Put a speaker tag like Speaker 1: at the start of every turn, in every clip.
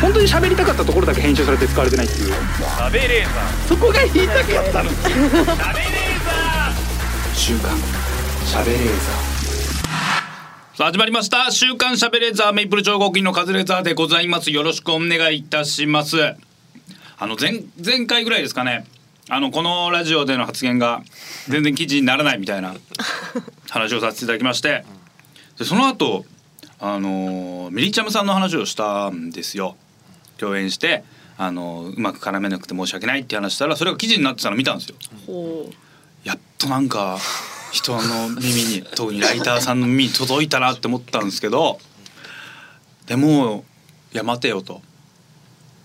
Speaker 1: 本当に喋りたかったところだけ編集されて使われてないっていう
Speaker 2: 食べレーザ
Speaker 1: そこが言いたかったの
Speaker 2: ー食べレーザ
Speaker 1: 週刊喋れー
Speaker 2: ーさあ始まりました週刊しゃべレーザーメイプル超合金のカズレーザーでございますよろしくお願いいたしますあの前前回ぐらいですかねあのこのラジオでの発言が全然記事にならないみたいな話をさせていただきましてでその後あのーミリチャムさんの話をしたんですよ共演してあのーうまく絡めなくて申し訳ないって話したらそれが記事になってたの見たんですよ
Speaker 3: ほ
Speaker 2: やっとなんか人の耳に特にライターさんの耳に届いたなって思ったんですけどでもいや待てよと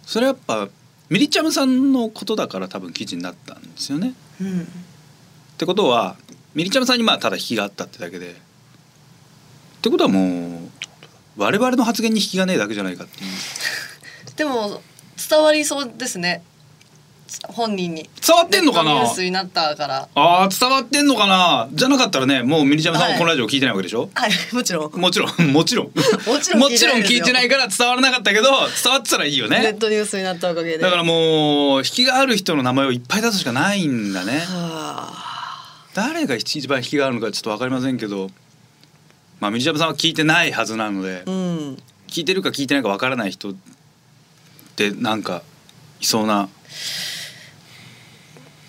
Speaker 2: それやっぱミリチャムさんのことだから多分記事になったんですよね。
Speaker 3: う、うん、
Speaker 2: ってことはミリチャムさんにまあただ引きがあったってだけでってことはもう我々の発言に引きがねえだけじゃないかっていう
Speaker 3: でも伝わりそうですね本人に
Speaker 2: 伝わってんのか
Speaker 3: ネット
Speaker 2: な
Speaker 3: ニュースになったから
Speaker 2: あー伝わってんのかなじゃなかったらねもうミリチャムさんはこのラジオ聞いてないわけでしょ、
Speaker 3: はいもちろん
Speaker 2: もちろんもちろん
Speaker 3: もちろん
Speaker 2: もちろん聞いてないいから伝わらなかったけど伝わってたらいいよ
Speaker 3: ネッ
Speaker 2: ね
Speaker 3: トニュースになったおかげで
Speaker 2: だからもう引きがある人の名前をいっぱい出すしかないんだね
Speaker 3: は
Speaker 2: 誰が一番引きがあるのかちょっと分かりませんけどまあミリジャムさんは聞いてないはずなので
Speaker 3: あうん
Speaker 2: 聞いてるか聞いてないか分からない人ってなんかいそうな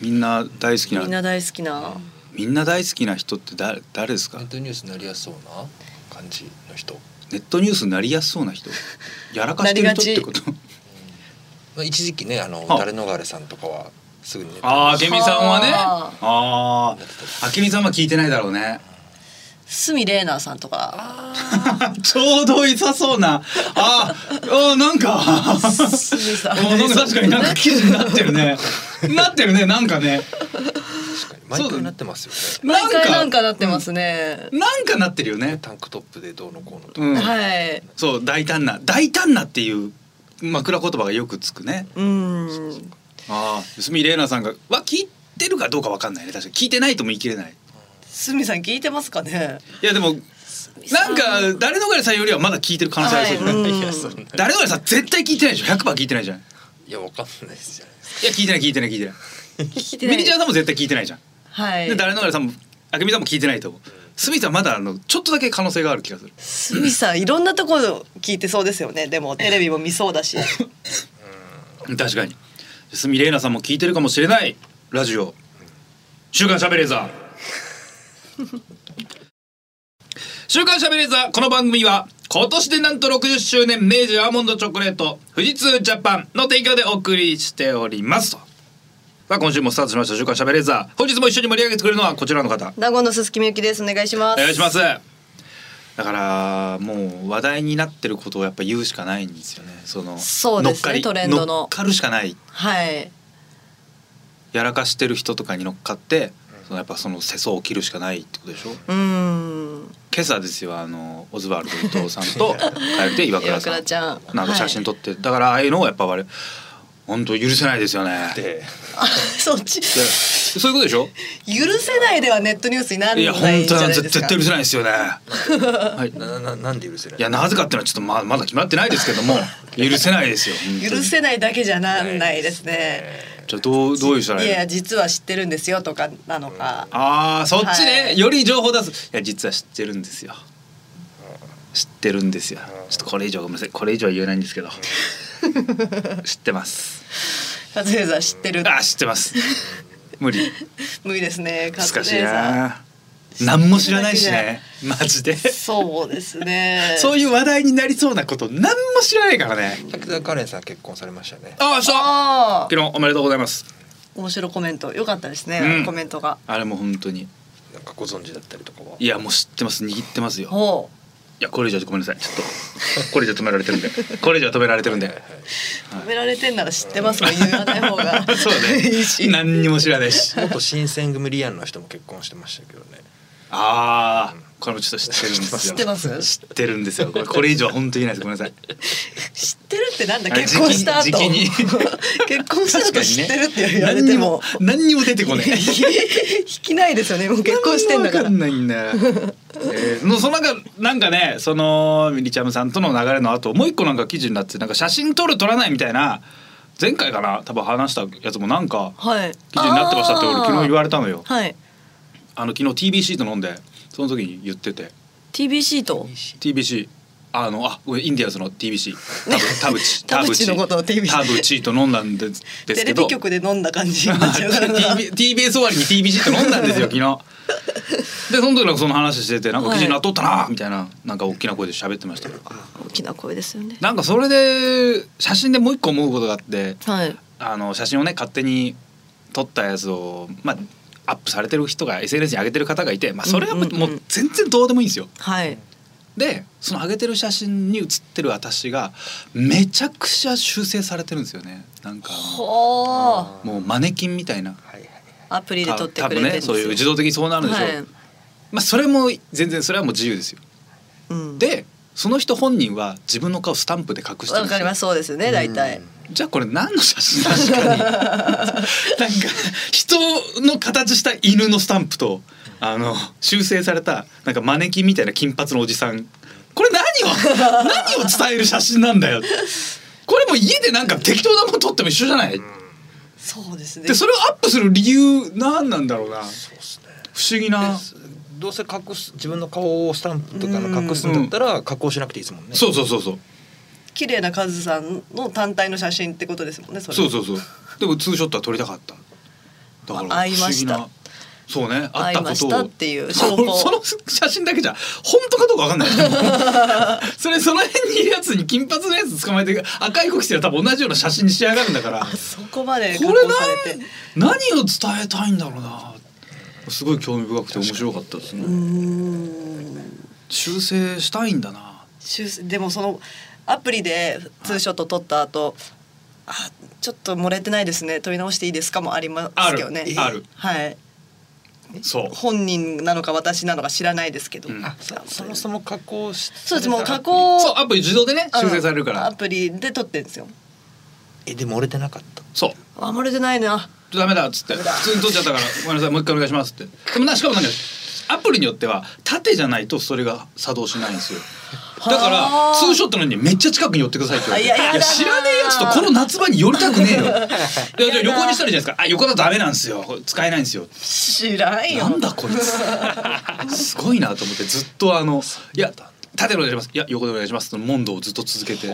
Speaker 2: みんな大好き
Speaker 3: みん
Speaker 2: な
Speaker 3: な大好きな
Speaker 2: みんな大好きな人って誰誰ですか
Speaker 4: ネットニュースになりやすそうな感じの人、
Speaker 2: ネットニュースになりやすそうな人やらかしてる人ってこと
Speaker 4: まあ、一時期ねあの
Speaker 2: あ
Speaker 4: 誰逃れさんとかはすぐにネットニ
Speaker 2: あ
Speaker 4: ュ
Speaker 2: あ、
Speaker 4: ース
Speaker 2: けみさんはね。あ
Speaker 3: は
Speaker 2: あー、あけみさんは聞いてないだろうね。
Speaker 3: 鷲見玲奈さんとか
Speaker 2: ちょうどいさそうな。あーあー、なんか。
Speaker 3: 鷲見さ
Speaker 2: あ
Speaker 3: ん
Speaker 2: ーなんか確かになんか記事になってるね。なってるね、なんかね。。
Speaker 4: 毎回なってますよね
Speaker 3: 毎回なんかなってますすね、
Speaker 2: なんかなってるよね。
Speaker 4: タンクトップでどうのこうのとか、
Speaker 2: うん。
Speaker 3: はい
Speaker 2: そう、大胆な、大胆なっていう。枕言葉がよくつくね。
Speaker 3: うん
Speaker 2: ああ、すみれいなさんが、は聞いてるかどうかわかんないね。確かに聞いてないとも言い切れない。
Speaker 3: 鷲見さん聞いてますかね
Speaker 2: いや、でも。なんか誰のがさんよりはまだ聞いてる可能性ありそうじゃない、
Speaker 3: はいうん
Speaker 4: いやそんない
Speaker 2: 誰のがさん絶対聞いてないでしょ100%聞いてないじゃんい
Speaker 4: やわかんないですじゃないです
Speaker 2: や聞いてない聞いてない聞いてない
Speaker 3: 聞いてな
Speaker 2: ミ
Speaker 3: い
Speaker 2: ニチャアさんも絶対聞いてないじゃん、
Speaker 3: はい
Speaker 2: で誰のがさんもあけみさんも聞いてないと思うスミさんまだあのちょっとだけ可能性がある気がする
Speaker 3: 鷲見さんいろんなところ聞いてそうですよねでもテレビも見そうだし
Speaker 2: 確かにスミレイナさんも聞いてるかもしれないラジオ「週刊しゃべれーザー」 週刊しゃべれーザーこの番組は今年でなんと60周年明治アーモンドチョコレート富士通ジャパンの提供でお送りしておりますとさあ今週もスタートしました週刊しゃべれーザー本日も一緒に盛り上げてくれるのはこちらの方
Speaker 3: 名護の鈴木みゆきですお願いしま
Speaker 2: お
Speaker 3: す
Speaker 2: 願いしますだからもう話題になってることをやっぱ言うしかないんですよねその
Speaker 3: そうで
Speaker 2: 乗っ
Speaker 3: すね
Speaker 2: かり
Speaker 3: トレンドの
Speaker 2: 乗っかるしかない
Speaker 3: はい
Speaker 2: やらかしてる人とかに乗っかってそのやっぱその世相を切るしかないってことでしょ
Speaker 3: うーん
Speaker 2: 今朝ですよあのオズワルド伊藤さん と帰って岩倉さん
Speaker 3: 岩倉ちゃん
Speaker 2: なんか写真撮って、だからああいうのをやっぱ我々本当許せないですよねで
Speaker 4: で
Speaker 3: あそっち
Speaker 2: そういうことでしょ
Speaker 3: 許せないではネットニュースになんない
Speaker 2: い
Speaker 3: じ
Speaker 2: や
Speaker 3: ゃな
Speaker 2: 本
Speaker 3: いです
Speaker 2: 当
Speaker 3: か
Speaker 2: は絶対許せないですよねはい
Speaker 4: なななんで許せない
Speaker 2: いやなぜかっていうのはちょっとままだ決まってないですけども許せないですよ本当に
Speaker 3: 許せないだけじゃなんないですね
Speaker 2: じゃあどうどういうしたらい
Speaker 3: い
Speaker 2: いの
Speaker 3: や実は知ってるんですよとかなのか、
Speaker 2: ああそっちね、
Speaker 3: はい
Speaker 2: より情報出すいや実は知ってるんですよ知ってるんですよちょっとこれ以上ごめんなさいこれ以上は言えないんですけど知ってます
Speaker 3: カズレーザー知ってる
Speaker 2: あー知ってます無理
Speaker 3: 無理ですねカズレ
Speaker 2: 難しい
Speaker 3: ーザ
Speaker 2: な何も知らないしねマジで
Speaker 3: ーそうですね
Speaker 2: そういう話題になりそうなこと何も知らないからね
Speaker 4: 滝沢カレンさん結婚されましたね
Speaker 2: ああそう
Speaker 3: ああ
Speaker 2: 昨日おめでとうございます
Speaker 3: 面白いコメント良かったですね、
Speaker 2: うん
Speaker 3: コメントが
Speaker 2: あれも本当に
Speaker 4: なんかご存知だったりとかはい
Speaker 2: やもう知ってます握ってますよ
Speaker 3: ほ
Speaker 2: いやこれ以上ごめんなさいちょっとこれ以上止められてるんでこれ以上止められてるんで
Speaker 3: う止められてんなら知ってますも言わない方が
Speaker 2: そうね
Speaker 3: いいし
Speaker 2: 何にも知らないし
Speaker 4: 元新選組リアンの人も結婚してましたけどね
Speaker 2: ああ、これもちょっと知ってるんですよ。
Speaker 3: 知ってます
Speaker 2: 知ってるんですよ。これこれ以上は本当に言えないです。ごめんなさい。
Speaker 3: 知ってるってなんだ
Speaker 2: あれ
Speaker 3: 結婚した後
Speaker 2: 時期に
Speaker 3: 結婚した後知ってるって言われ
Speaker 2: 何
Speaker 3: て
Speaker 2: に
Speaker 3: も
Speaker 2: も何 にも出てこない。
Speaker 3: 引きないですよねもう結婚してんだから
Speaker 2: 何にもわかんないんだよ。えーでのそのなんかなんかねそのミリチャムさんとの流れの後もう一個なんか記事になってなんか写真撮る撮らないみたいな前回かな多分話したやつもなんか
Speaker 3: はい。
Speaker 2: 記事になってましたって俺昨日言わ
Speaker 3: れ
Speaker 2: れたのよ
Speaker 3: はい。
Speaker 2: あの昨日 TBC と飲んでその時に言ってて
Speaker 3: TBC と
Speaker 2: TBC あのあごめんインディアンスの TBC 田淵
Speaker 3: 田淵のことを TBC
Speaker 2: 田淵と飲んだんですです
Speaker 3: テ
Speaker 2: け
Speaker 3: レ
Speaker 2: ど
Speaker 3: ビ 局で飲んだ感じになっちゃうからな。
Speaker 2: TB TBS 終わりに TBC って飲んだんですよ昨 日でその時なんかその話しててなんか記事になっとったなみたいななんか大きな声で喋ってましたけど
Speaker 3: 大きな声ですよね。
Speaker 2: なんかそれで写真でもう一個思うことがあって
Speaker 3: はい。
Speaker 2: あの写真をね勝手に撮ったやつをまあアップされてる人が SNS に上げてる方がいて、まあ、それはも
Speaker 3: うんうんう
Speaker 2: うん全然どうでもいいんですよ。
Speaker 3: はい。
Speaker 2: でその上げてる写真に写ってる私がめちゃくちゃ修正されてるんですよねなんか
Speaker 3: ほー。
Speaker 2: もうマネキンみたいな
Speaker 4: はいはい
Speaker 3: アプリで撮って
Speaker 2: た
Speaker 3: く
Speaker 2: 多
Speaker 3: れてる
Speaker 2: 分
Speaker 3: ん
Speaker 2: ね
Speaker 3: ですよ
Speaker 2: そういう自動的にそうなるんでしょう、まあそれも全然それはもう自由ですよ
Speaker 3: はい。
Speaker 2: でその人本人は自分の顔スタンプで隠して
Speaker 3: う
Speaker 2: るんで
Speaker 3: ん。わ
Speaker 2: すよ
Speaker 3: かります。そうですね。大体。
Speaker 2: じゃあこれ何の写真確か になんか人の形した犬のスタンプとあの修正されたなんかマネキンみたいな金髪のおじさんこれ何 を何を伝える写真なんだよこれもう家でなんか適当なもの撮っても一緒じゃない
Speaker 3: そうですね
Speaker 2: で。それをアップする理由何なんだろうな
Speaker 4: そうですね
Speaker 2: 不思議な
Speaker 4: どうせ隠す自分の顔をスタンプとかの隠すんだったら加工しなくていいですもんね
Speaker 2: そうそうそうそう
Speaker 3: 綺麗なカズさんの単体の写真ってことですもんね。それ
Speaker 2: そうそうそうでもツーショットは撮りたかっただから
Speaker 3: あ会いました
Speaker 2: 不思議なそうね会
Speaker 3: 会
Speaker 2: っ
Speaker 3: い
Speaker 2: た
Speaker 3: ま
Speaker 2: こ
Speaker 3: した
Speaker 2: と
Speaker 3: っ
Speaker 2: を
Speaker 3: ていう証
Speaker 2: そ
Speaker 3: 拠。
Speaker 2: その写真だけじゃ本当かどうかわかんない それその辺にいるやつに金髪のやつ捕まえて赤い服着てる多分同じような写真に仕上がるんだ から
Speaker 3: あそこまで加
Speaker 2: こ
Speaker 3: 工
Speaker 2: れ
Speaker 3: されて。
Speaker 2: 何何を伝えたいんだろうなすごい興味深くて面白かったです
Speaker 3: うー
Speaker 2: ね
Speaker 3: ん。
Speaker 2: 修正したいんだな
Speaker 3: 修正でもそのアプリでツーショット撮った後。あちょっと漏れてないですね撮り直していいですかもありますけどね
Speaker 2: あるある
Speaker 3: はい
Speaker 2: そう
Speaker 3: 本人なのか私なのか知らないですけど、
Speaker 2: うん
Speaker 4: あそそもそも加工し
Speaker 3: そうですもう加工
Speaker 2: そうアプリ自動でね
Speaker 3: あの
Speaker 2: 修正されるか
Speaker 3: ア
Speaker 2: ら
Speaker 3: プリで撮ってるんですよ
Speaker 4: えでも折れてなかった
Speaker 2: そう
Speaker 3: あ漏れてないな
Speaker 2: ダメだっつって普通に撮っちゃったからごめんなさいもう一回お願いしますってでもなしかもなんかアプリによっては縦じゃないとそれが作動しないんですよだから
Speaker 3: はあ
Speaker 2: ツーショットなのにめっちゃ近くに寄ってくださいって言われて
Speaker 3: あいややだ
Speaker 2: いや知らねえやつとこの夏場に寄りたくねえよいやじゃあ横にしたらいいじゃないですかあ横だとダメなんですよこれ使えないんですよ
Speaker 3: 知らんよ
Speaker 2: なんだこいつすごいなと思ってずっとあのいや縦でお願いしますいや横でお願いしますの問答をずっと続けてい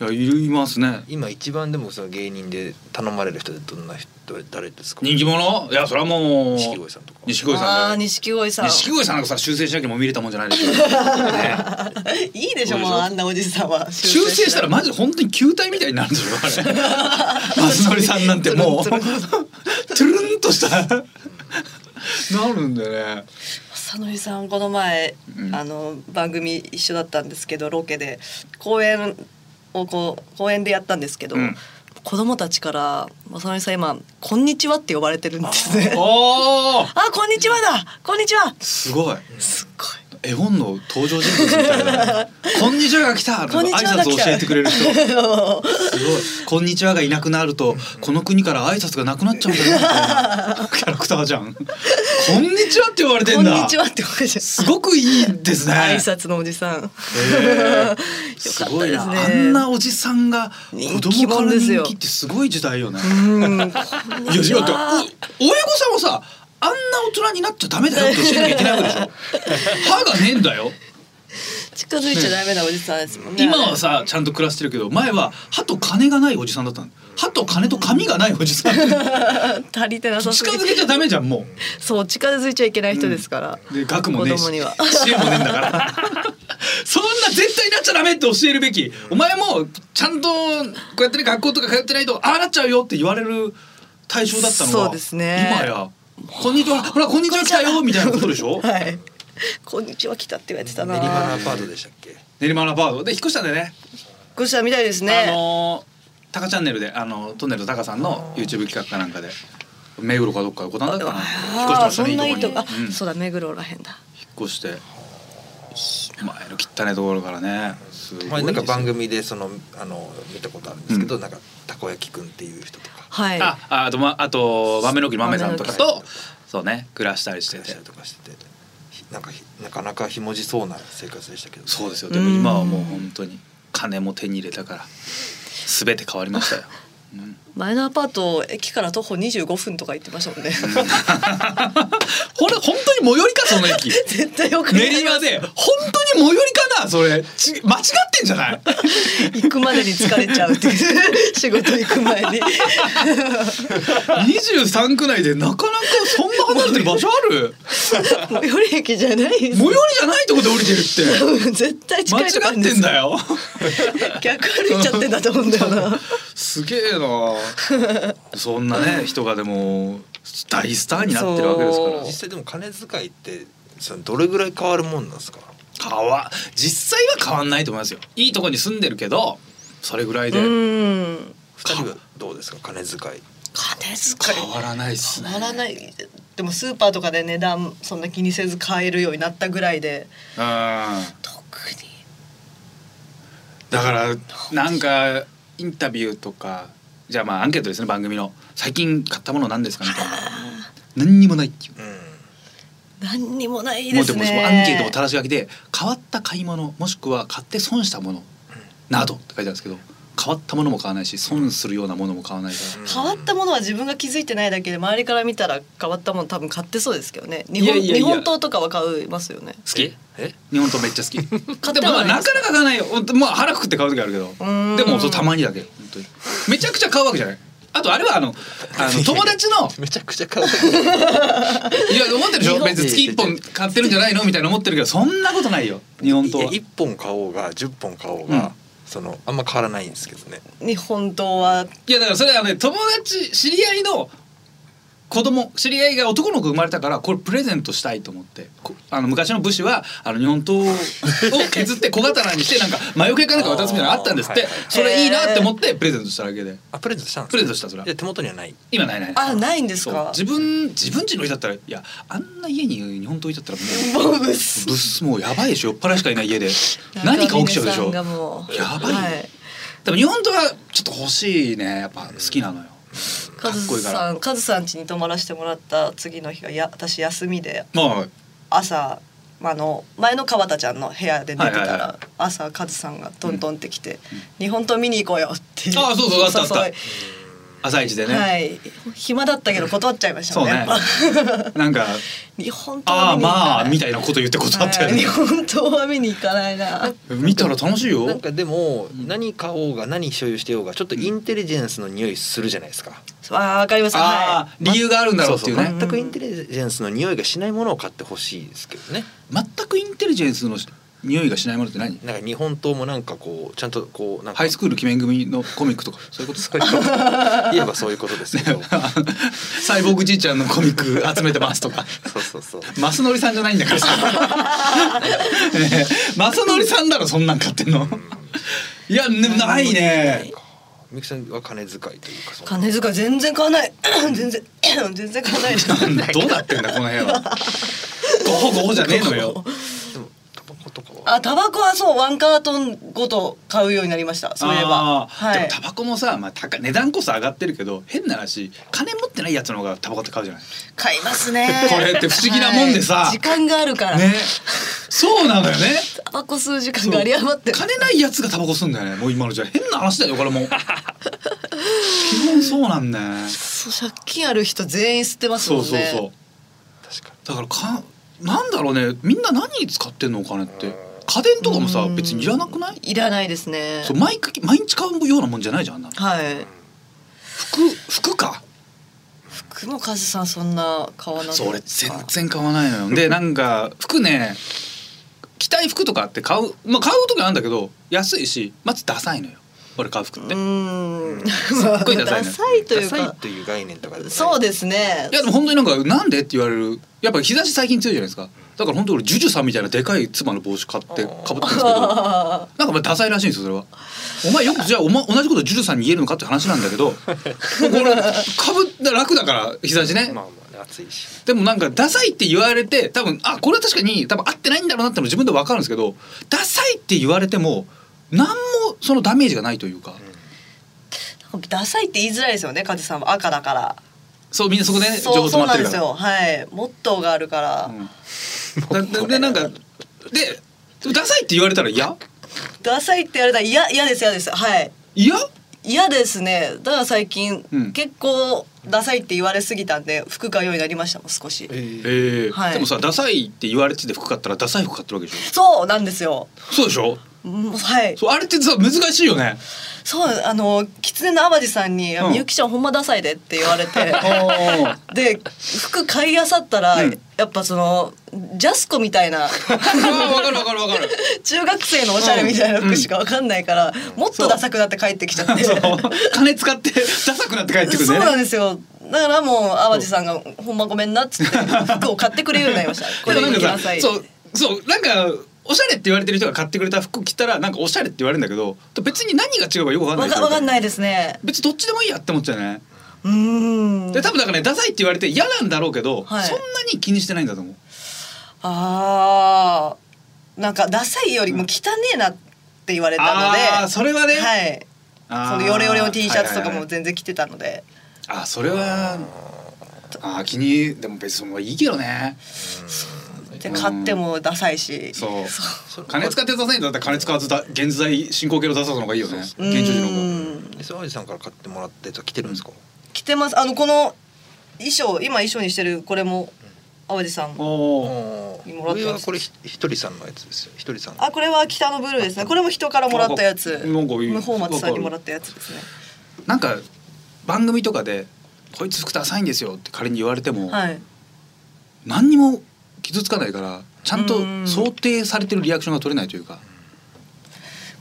Speaker 2: やいますね
Speaker 4: 今一番でもその芸人で頼まれる人でどんな人誰ですか
Speaker 2: 人気者いやそれはもう
Speaker 4: 錦鯉さんとか
Speaker 2: 錦鯉さんだよ
Speaker 3: あー錦鯉さん
Speaker 2: 錦鯉さんなんかさ修正しなきゃもう見れたもんじゃないでしょ、ね、
Speaker 3: いいでしょもうあんなおじさんは
Speaker 2: 修正したらマジで本当に球体みたいになるんでしょあれ松森さんなんてもうト
Speaker 3: つるん
Speaker 2: ゥルンとしたなるんでね
Speaker 3: 佐野さんこの前、
Speaker 2: うん
Speaker 3: あの番組一緒だったんですけどロケで公演をこう公演でやったんですけど、
Speaker 2: うん
Speaker 3: 子供たちからまあ佐野さん今「こんにちは」って呼ばれてるんですねあ
Speaker 2: おー
Speaker 3: こんにちはだこんにちは
Speaker 2: すごい
Speaker 3: すっごい
Speaker 2: 絵本の登場人物みたい な「こんにちは」が来た
Speaker 3: こんにちはが
Speaker 2: 挨拶
Speaker 3: 来
Speaker 2: を
Speaker 3: た
Speaker 2: 教えてくれる 人すごい「こんにちは」がいなくなるとこの国から挨拶がなくなっちゃうんだよみ たいなキャラクターじゃん「こんにちは」って言われて
Speaker 3: こ
Speaker 2: ん
Speaker 3: ん
Speaker 2: だ
Speaker 3: にちはって呼ばれてる
Speaker 2: すごくいいですね。
Speaker 3: 挨拶のおじさん、
Speaker 2: へー
Speaker 3: す
Speaker 2: す
Speaker 3: ご
Speaker 2: ご
Speaker 3: い
Speaker 2: い
Speaker 3: で
Speaker 2: な
Speaker 3: すね
Speaker 2: あんなおじさんが子
Speaker 3: 人
Speaker 2: 供
Speaker 3: 気
Speaker 2: か
Speaker 3: 者
Speaker 2: ら
Speaker 3: ですよ
Speaker 2: 人気ってすごい時代よね。
Speaker 3: うん
Speaker 2: いやいやだってお親御さんはさあんな大人になっちゃダメだよって教えなきゃいけない わけでしょ。歯がねえんだよ。
Speaker 3: 近づいちゃダメなおじさんですもんね
Speaker 2: 今はさちゃんと暮らしてるけど前は歯と金がないおじさんだったの。歯と金と髪がないおじ さん。近
Speaker 3: 足りてなさすぎ
Speaker 2: づ
Speaker 3: て
Speaker 2: けちゃダメじゃんも
Speaker 3: そう近づいちゃいけない人ですから、
Speaker 2: う。で学もねえし
Speaker 3: 子供には
Speaker 2: 知恵もねえんだ から。そんな絶対なっちゃダメって教えるべき。お前もちゃんとこうやってね学校とか通ってないとああなっちゃうよって言われる対象だったのが
Speaker 3: そうですね
Speaker 2: 今やこんにちはほらこんにちは来たよみたいなことでしょ。
Speaker 3: はいこんにちは来たって言われてたな
Speaker 4: 練馬のアパートでしたっけ
Speaker 2: 練馬のアパートで引っ越したんでね。
Speaker 3: ごしたみたいですね、
Speaker 2: あのータカチャンネルであのトンネルのタカさんの YouTube 企画かなんかで目黒かどっかで五反田だったかな引っ越して
Speaker 3: あ
Speaker 2: ま
Speaker 3: ー
Speaker 2: した
Speaker 3: そ
Speaker 2: ね
Speaker 3: んないい
Speaker 2: いいと
Speaker 3: と
Speaker 2: こ
Speaker 3: こ
Speaker 2: に
Speaker 3: あ、
Speaker 2: うん引っ
Speaker 3: そうだ目黒らへんだ
Speaker 2: 越して前の汚いところからねすごいですよ
Speaker 4: 前なんか番組でそのあの見たことあるんですけど、
Speaker 2: うん
Speaker 4: なんかたこ焼きくんっていう人とか
Speaker 3: はい
Speaker 2: ああとまあと豆の木の豆さんとかとそうね暮らしたりして
Speaker 4: 暮らしてたりとかしててひなんかひなかなかひもじそうな生活でしたけど
Speaker 2: そうですよ
Speaker 3: うん
Speaker 2: でも今はもう本当に金も手に入れたから全て変わりましたよ、うん
Speaker 3: 前のアパート駅から徒歩25分とか行ってましたもんね
Speaker 2: ほら本当に最寄りかその駅
Speaker 3: 絶対よくない
Speaker 2: 練馬で本当に最寄りかなそれち間違ってんじゃない
Speaker 3: 行くまでに疲れちゃうってい う仕事行く前に
Speaker 2: 23区内でなかなかそんな離れてる場所あ る
Speaker 3: 最寄り駅じゃないで
Speaker 2: 最
Speaker 3: す
Speaker 2: 寄りじゃないとこで降りてるっ
Speaker 3: 多分絶対
Speaker 2: て
Speaker 3: 近いとこあ
Speaker 2: 間
Speaker 3: る
Speaker 2: 違ってんだよ
Speaker 3: 逆歩いちゃってんだと思うんだよな
Speaker 2: すげえなそんなね人がでも大スターになってるわけですか
Speaker 3: そう
Speaker 2: ら
Speaker 4: 実際でも金遣いってそのどれぐらい変わるもんなんですか
Speaker 2: 変わ実際は変わんないと思いますよいいとこに住んでるけどそれぐらいで
Speaker 3: うん
Speaker 4: 二人はどうですか金遣い
Speaker 3: 金遣い
Speaker 2: 変わらないっすね
Speaker 3: 変わらないでもスーパーとかで値段そんな気にせず買えるようになったぐらいで
Speaker 2: うん
Speaker 3: 特に
Speaker 2: だからなんかインタビューとかじゃあまあアンケートですね番組の最近買ったものなんですかみたいな何にもないっていう
Speaker 4: うん
Speaker 3: 何にもない
Speaker 2: も
Speaker 3: で
Speaker 2: うですも
Speaker 3: ね
Speaker 2: そのアンケートもたらし書きで変わった買い物もしくは買って損したものなどって書いてあるんですけど変わったものも買わないし損するようなものも買わないから
Speaker 3: 変わったものは自分が気づいてないだけで周りから見たら変わったもの多分買ってそうですけどね日
Speaker 2: い
Speaker 3: 本
Speaker 2: やいやいや
Speaker 3: 日本刀とかは買いますよね
Speaker 2: 好き
Speaker 4: え
Speaker 2: 日本刀めっちゃ好き
Speaker 3: 買っ
Speaker 2: で
Speaker 3: て
Speaker 2: もまあ
Speaker 3: はない
Speaker 2: な
Speaker 3: です
Speaker 2: かなか買わないよほんとまあ腹くくって買う時あるけど
Speaker 3: ーん
Speaker 2: でもそうたまにだけ本当にめちゃくちゃ買うわけじゃないあとあれはあの あの友達の
Speaker 4: めちゃくちゃ変わる
Speaker 2: いや思ってるでしょ別に月1本買ってるんじゃないのみたいな思ってるけどそんなことないよ日本刀はい
Speaker 4: や一本買おうが十本買お
Speaker 2: う
Speaker 4: う
Speaker 2: ん
Speaker 4: がそのあんま変わらないんですけどね
Speaker 3: 日本刀はい
Speaker 2: やだからそれはね友達知り合いの子供知り合いが男の子生まれたからこれプレゼントしたいと思ってこあの昔の武士はあの日本刀を 削って小刀にしてなんか魔除けかなんか渡すみたいなのあったんですって
Speaker 4: あーはいはい
Speaker 2: それいいなって思ってプレゼントしただけで
Speaker 4: あプレゼントしたんです
Speaker 2: プレゼントしたそれはい
Speaker 4: や手元にはない
Speaker 2: 今ないない
Speaker 3: あないんです
Speaker 2: そう
Speaker 3: か
Speaker 2: 自分自分家の家だったらいやあんな家に日本刀置いてあった らもう
Speaker 3: ボブス
Speaker 2: ブスもうやばいでしょ酔っ払いしかいない家で何か起きちゃうでしょ
Speaker 3: 中峰さんがもう
Speaker 2: やばいよ
Speaker 3: はい
Speaker 2: でも日本刀はちょっと欲しいねやっぱ好きなのよか
Speaker 3: カ
Speaker 2: っこい
Speaker 3: ズ
Speaker 2: いから
Speaker 3: さんカズさん家に泊まらせてもらった次の日がや私休みで
Speaker 2: まあ
Speaker 3: 朝まああの前の川田ちゃんの部屋で寝てたら、
Speaker 2: はいはいはい
Speaker 3: 朝カズさんがトントンってきて「日本刀見に行こうよ」って
Speaker 2: あそうそうあったあった
Speaker 3: お誘い
Speaker 2: 朝一でね、
Speaker 3: はい暇だったけど断っちゃいました
Speaker 2: そう
Speaker 3: もんね
Speaker 2: ね
Speaker 3: やっぱ
Speaker 2: なんか
Speaker 3: 日本刀
Speaker 2: ああ
Speaker 3: は見に行
Speaker 2: ま
Speaker 3: か
Speaker 2: あ
Speaker 3: ない
Speaker 2: みたいなこと言ってことあったよ
Speaker 3: はい
Speaker 2: ね
Speaker 3: 日本刀は見に行かないな
Speaker 2: 見たら楽しいよ
Speaker 4: なんかでも何買おうが何所有してようがちょっとインテリジェンスの匂いするじゃないですか
Speaker 3: あわかります
Speaker 2: あ
Speaker 3: は
Speaker 2: あ理由があるんだろうっていうね
Speaker 4: そうそう全くインテリジェンスの匂いがしないものを買ってほしいですけどね
Speaker 2: 全くインテリジェンスの匂いがしないものって何
Speaker 4: なんか日本刀もなんかこうちゃんとこうなんか
Speaker 2: ハ イスクール鬼面組のコミックとかそういうことですか
Speaker 4: 言えばそういうことですけど
Speaker 2: サイボーグじいちゃんのコミック集めてますとか
Speaker 4: そうそうそう
Speaker 2: マスノリさんじゃないんだからさねえマスノリさんだろそんなん買ってんのいや、ね、ないね
Speaker 4: ミキさんは金遣いというか
Speaker 3: い
Speaker 4: その
Speaker 3: 金遣い全然買わない 全然全然買わないです
Speaker 2: なんだどうなってんだこの部屋はゴホゴホじゃねえのよ
Speaker 4: でもタバコとかは
Speaker 3: あタバコはそうワンカートンごと買うようになりましたそういえ
Speaker 2: あ
Speaker 3: ば
Speaker 2: ー
Speaker 3: は
Speaker 2: でも
Speaker 3: い
Speaker 2: タバコもさ、まあ、高い値段こそ上がってるけど変な話金持ってないやつの方がタバコって買うじゃない
Speaker 3: 買いますね
Speaker 2: これって不思議なもんでさ
Speaker 3: はい時間があるから、
Speaker 2: ね そうなのよ ね
Speaker 3: タバコ吸う時間が有り余ってる
Speaker 2: 金ないやつがタバコ吸うんだよねもう今のじゃ変な話だよこれ もう基本そうなんだよね
Speaker 3: そう借金ある人全員吸ってますも
Speaker 2: そ
Speaker 3: ん
Speaker 2: う
Speaker 3: ね
Speaker 2: そうそう
Speaker 4: 確か
Speaker 2: だからかなんだろうねみんな何に使ってんのお金って家電とかもさ
Speaker 3: うん
Speaker 2: 別にいらなくない
Speaker 3: いらないですね
Speaker 2: そう毎回毎日買うようなもんじゃないじゃんあんなの
Speaker 3: はい
Speaker 2: 服服か
Speaker 3: 服もカズさんそんな買わない
Speaker 2: そう俺全然買わないの よでなんか服ね着たい服とかって買うまあ買う時あるんだけど安いしまずダサいのよ俺買う服って
Speaker 3: う
Speaker 2: い
Speaker 3: ーん
Speaker 2: っごいダサいね
Speaker 3: ダサいという
Speaker 4: にダサい
Speaker 3: か
Speaker 4: という概念とかでもない
Speaker 3: そうですね
Speaker 2: やでも本当になんかなんでって言われるやっぱ日差し最近強いじゃないですかだから本当俺ジュジュさんみたいなでかい妻の帽子買ってかぶってるん ですけど
Speaker 3: あ
Speaker 2: なんかまあダサいらしいんですよそれは。お前よくじゃあお、ま、同じことジュルさんに言えるのかって話なんだけ どもうこれかぶったら楽だから日差しね、
Speaker 4: まあまあね暑いし
Speaker 2: でもなんかダサいって言われて多分あこれは確かに多分合ってないんだろうなっての自分で分かるんですけどダサいって言われても何もそのダメージがないというか、
Speaker 3: ーダサいって言いづらいですよねカズさんは赤だから
Speaker 2: そうみんなそこでね情
Speaker 3: そ
Speaker 2: 報
Speaker 3: う
Speaker 2: 止
Speaker 3: そ
Speaker 2: ま
Speaker 3: う
Speaker 2: っ
Speaker 3: な
Speaker 2: て
Speaker 3: ん
Speaker 2: るか
Speaker 3: です
Speaker 2: ら
Speaker 3: よはいモットーがあるから、
Speaker 2: うんだでなんかでダサいって言われたら嫌
Speaker 3: ダサいって言われたら嫌嫌です嫌ですはい
Speaker 2: 嫌
Speaker 3: 嫌ですねだから最近、
Speaker 2: うん
Speaker 3: 結構ダサいって言われすぎたんで服買うようになりましたもん少し
Speaker 2: ええ
Speaker 3: はい
Speaker 2: でもさダサいって言われてて服買ったらダサい服買ってるわけでし
Speaker 3: そうなんですよ
Speaker 2: ょそうでしょ
Speaker 3: もうはい
Speaker 2: そうあれってさ難しいよね
Speaker 3: そうあの狐の淡路さんに
Speaker 2: うん
Speaker 3: 「みゆきちゃんほんまダサいで」って言わ れてで服買いあさったら、
Speaker 2: うん
Speaker 3: やっぱそのジャスコみ たいな
Speaker 2: あーわかるわかるわかる
Speaker 3: 中学生のおしゃれみたいな服しかわかんないから、もっとダサくなって帰ってきちゃって
Speaker 2: そう金使ってダサくなって帰ってくるん
Speaker 3: そう
Speaker 2: だ
Speaker 3: な
Speaker 2: よ
Speaker 3: ん
Speaker 2: ね
Speaker 3: ですよだからもう淡路さんが「ほんまごめんな」っ つって服を買ってくれるようになりましたこれ
Speaker 2: でも
Speaker 3: 行き
Speaker 2: な
Speaker 3: なん
Speaker 2: か
Speaker 3: さ
Speaker 2: さ
Speaker 3: い
Speaker 2: そうそうなんかおしゃれって言われてる人が買ってくれた服着たらなんかおしゃれって言われるんだけど別に何が違うかよくわかんな
Speaker 3: わ
Speaker 2: い
Speaker 3: かわかんないいですね
Speaker 2: 別にどっちでもいいやって思っちゃうね
Speaker 3: うーん
Speaker 2: で多分だからねダサいって言われて嫌なんだろうけど、
Speaker 3: はい
Speaker 2: そんなに気にしてないんだと思う
Speaker 3: あーなんかダサいよりも汚ねえなって言われたので、
Speaker 2: あーそれはね、
Speaker 3: はい
Speaker 2: あー
Speaker 3: そのヨレヨレの T シャツとか
Speaker 2: はいはいは
Speaker 3: も
Speaker 2: い
Speaker 3: 全然着てたので、
Speaker 2: あそれはあー気にでも別にそのいいけどね
Speaker 3: で買ってもダサいし
Speaker 2: そう金使って出さないんだったら金使わずだ現在進行形の出さの方がいいよね現
Speaker 3: うーん
Speaker 2: 状時の方が
Speaker 4: 磯貝さんから買ってもらったやつは着てるんですか、
Speaker 3: 着てますあのこの衣装今衣装にしてるこれも淡路さんの
Speaker 2: おー
Speaker 4: お
Speaker 3: もらってます
Speaker 4: 上はこれひひとりさんのやつですよひとりさんの
Speaker 3: あこれは北のブルーですねこれも人からもらったやつ
Speaker 2: なんかいい
Speaker 3: 無法松さんにもらったやつですね
Speaker 2: なんか番組とかで「こいつ服ダサいんですよ」って仮に言われても、
Speaker 3: はい
Speaker 2: 何にも傷つかないからちゃん
Speaker 3: う
Speaker 2: と
Speaker 3: ん
Speaker 2: 想定されてるリアクションが取れないというか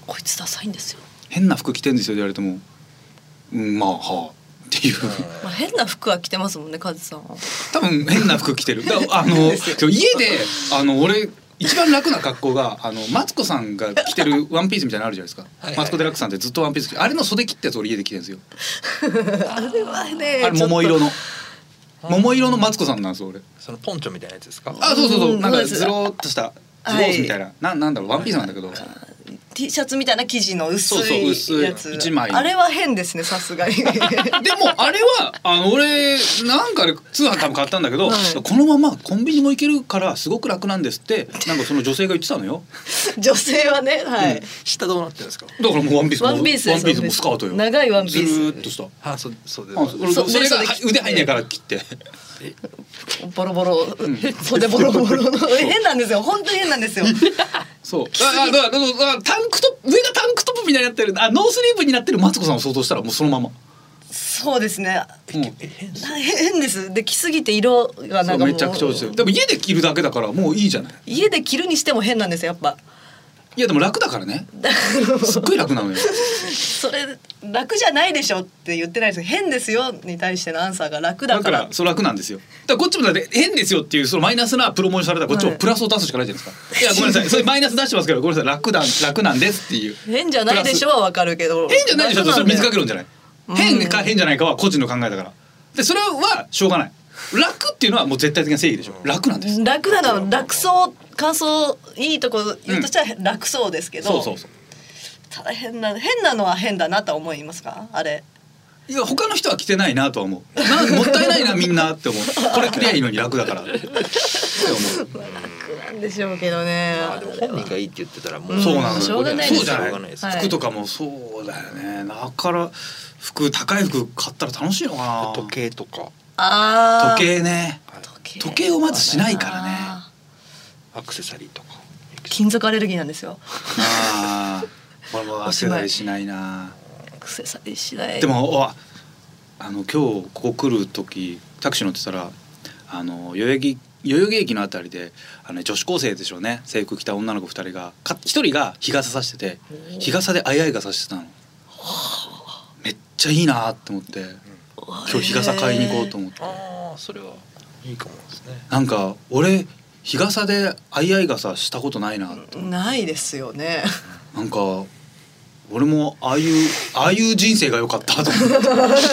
Speaker 3: こいつダサいんですよ、
Speaker 2: 変な服着てんですよって言われても「うんまあはあ」っていう
Speaker 3: まあ、変な服は着てますもんねカズさんは
Speaker 2: 多分変な服着てるだ あのそう家であの俺一番楽な格好があのマツコさんが着てるワンピースみたいなのあるじゃないですか
Speaker 4: はいはい
Speaker 2: マツコ・デラックスさんってずっとワンピース着てあれの袖切ったやつ俺家で着てるんですよ
Speaker 3: あれはね
Speaker 2: あれ
Speaker 3: ちょっと
Speaker 2: 桃色の桃色のマツコさんなんですよ俺
Speaker 4: そのポンチョみたいなやつですか
Speaker 2: あそうそうそううんなん
Speaker 3: そう
Speaker 2: か
Speaker 3: です
Speaker 2: ズローっとしたズロースみたいな、ななんだろうワンピースなんだけど
Speaker 3: T シャツみたいな生地の薄
Speaker 2: そうそう薄
Speaker 3: い
Speaker 2: い
Speaker 3: やつ
Speaker 2: 一枚
Speaker 3: あれは変ですねさすがに
Speaker 2: でもあれはあの俺なんかで通販多分買ったんだけど、
Speaker 3: はい
Speaker 2: このままコンビニも行けるからすごく楽なんですってなんかその女性が言ってたのよ
Speaker 3: 女性はねはい、
Speaker 4: 下どうなってるんですか
Speaker 2: だからもうワンピースも
Speaker 3: ワンピースです
Speaker 2: ワンピースもスカートよ
Speaker 3: 長いワンピース
Speaker 2: ずーっとした
Speaker 4: あそうそうで
Speaker 2: あ俺
Speaker 3: そ
Speaker 2: それが
Speaker 3: それ
Speaker 2: は
Speaker 3: それ
Speaker 2: 腕入んねえから切って
Speaker 3: ボロボロ、袖ボロボロの 変なんですよ本当に変なんですよ
Speaker 2: そうああだからだからタンクトップ上がタンクトップみたいになってるあノースリーブになってるマツコさんを想像したらもうそのまま、
Speaker 3: そうですね
Speaker 2: うん
Speaker 3: なへ変ですで着すぎて色が
Speaker 2: そ
Speaker 3: なん
Speaker 2: う
Speaker 3: かも
Speaker 2: め
Speaker 3: う
Speaker 2: ちゃくちゃ落ちてるでも家で着るだけだからもういいじゃない
Speaker 3: 家で着るにしても変なんですよやっぱ
Speaker 2: いやでも楽だから ね。すっごい楽なのよ。
Speaker 3: それ楽じゃないでしょって言ってないです変ですよに対してのアンサーが楽だ
Speaker 2: だ
Speaker 3: か
Speaker 2: かららそう楽なんですよ。だからこっちもだって変ですよっていうそのマイナスなプロモーションされたらこっちも
Speaker 3: はい
Speaker 2: プラスを出すしかないじゃないですか。いやごめんな さい。それマイナス出してますけどごめんなさい楽だ楽なんですっていう。
Speaker 3: 変じゃないでしょはわかるけど
Speaker 2: プラス。変じゃないでしょ。
Speaker 3: 楽
Speaker 2: それ
Speaker 3: んだ
Speaker 2: 水
Speaker 3: よ
Speaker 2: かけ論じゃない。変か変じゃないかは個人の考えだから。でそれはしょうがない。楽っていうのはもう絶対的な正義でしょ。楽なんです。
Speaker 3: 楽なの楽そう感想いいとこ言うとしたら楽そうですけど、
Speaker 2: そうそうそう。
Speaker 3: ただ変な変なのは変だなとは思いますかあれ
Speaker 2: いや他の人は着てないなとは思う。なんもったいないなみんなって思う。これ着りゃいいのに楽だから。って思う。
Speaker 3: 楽なんでしょうけどね
Speaker 4: まあでも本人がいいって言ってたらも
Speaker 3: ん
Speaker 4: う
Speaker 2: そうなのよ
Speaker 3: しょうがないです
Speaker 2: そうじゃ
Speaker 4: しょうが
Speaker 2: な
Speaker 4: ない
Speaker 2: い
Speaker 4: です
Speaker 3: はい
Speaker 2: 服とかもそうだよねだから服高い服買ったら楽しいのかな
Speaker 4: 時計とか
Speaker 3: あー
Speaker 2: 時計ね
Speaker 3: 時
Speaker 2: 時計をまずしないからね
Speaker 3: あ
Speaker 4: アクセサリーとか
Speaker 3: ー金属アレルギーなんですよ
Speaker 2: ああ俺も
Speaker 3: お
Speaker 2: アク
Speaker 3: し
Speaker 2: セ
Speaker 3: まい
Speaker 2: サリーしないな
Speaker 3: アクセサリーしない
Speaker 2: でもああの今日ここ来る時タクシー乗ってたらあの代々木代々木駅のあたりであのね、女子高生でしょうね制服着た女の子2人がか一人が日傘さしてて日傘であいあい傘してたのめっちゃいいなって思って今日日傘買いに行こうと
Speaker 3: 思
Speaker 2: 思って
Speaker 4: ああそれはいいかもですね
Speaker 2: なんか俺日傘であいあい傘したことないなって
Speaker 3: ないですよね
Speaker 2: なんか俺もああいうああいう人生が良かったと思って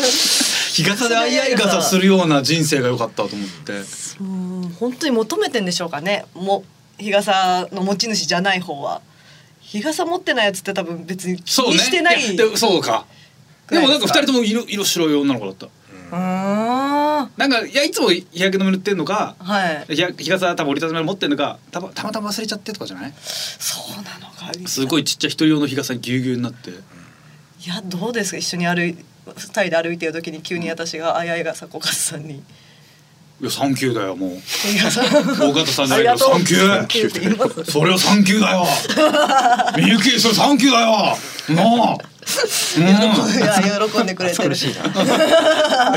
Speaker 2: 日傘であいあい傘するような人生が良かったと思って
Speaker 3: うん本当に求めてんでしょうかねも日傘の持ち主じゃない方は日傘持ってないやつって多分別に気
Speaker 2: そう
Speaker 3: に
Speaker 2: ね
Speaker 3: してない
Speaker 2: やでそうかでもなんか二人
Speaker 3: と
Speaker 2: とも色色白い女の子だった
Speaker 3: うーんあ
Speaker 2: なんかいやいつも日焼け止め塗ってんのか
Speaker 3: あはい
Speaker 2: 日日傘多分折りたたみの持ってんのかたまたまたま忘れちゃってとかじゃない
Speaker 3: そうなのか
Speaker 2: すごいちっちゃい一人用の日傘にぎゅうぎゅうになって
Speaker 3: いやどうですか一緒に歩い二人で歩いてる時に急に私があやいがさこかさんに
Speaker 2: 「いやサンキューだよもう
Speaker 3: 「いやさあ
Speaker 2: 大方さんじゃな
Speaker 3: り
Speaker 2: い
Speaker 3: が
Speaker 2: け
Speaker 3: と
Speaker 2: どサン
Speaker 3: う」
Speaker 2: キュ
Speaker 3: サンキューって言います
Speaker 2: ーそれはサンキューだよみゆきそれサンキューだよもう、うん、
Speaker 3: 喜んいや喜んでく れてる
Speaker 4: しいな。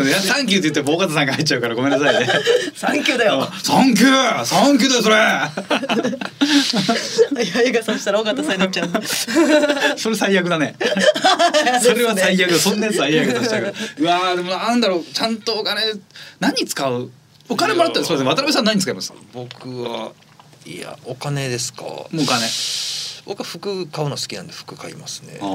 Speaker 2: いやサンキューって言ってボーカさんが入っちゃうからごめんなさいね。
Speaker 3: サンキューだよ
Speaker 2: サンキューサンキューだよそれ
Speaker 3: あやいがさしたら尾形さんになっちゃう
Speaker 2: それ最悪だね。 それは最悪そんなやつ最悪としたから。うわーでもなんだろうちゃんとお金何使うお金もらったらそうですね渡辺さん何使いますも
Speaker 4: 僕はいやお金ですか。
Speaker 2: うお金。
Speaker 4: 僕は服買うの好きなんで服買いますね。
Speaker 2: 渡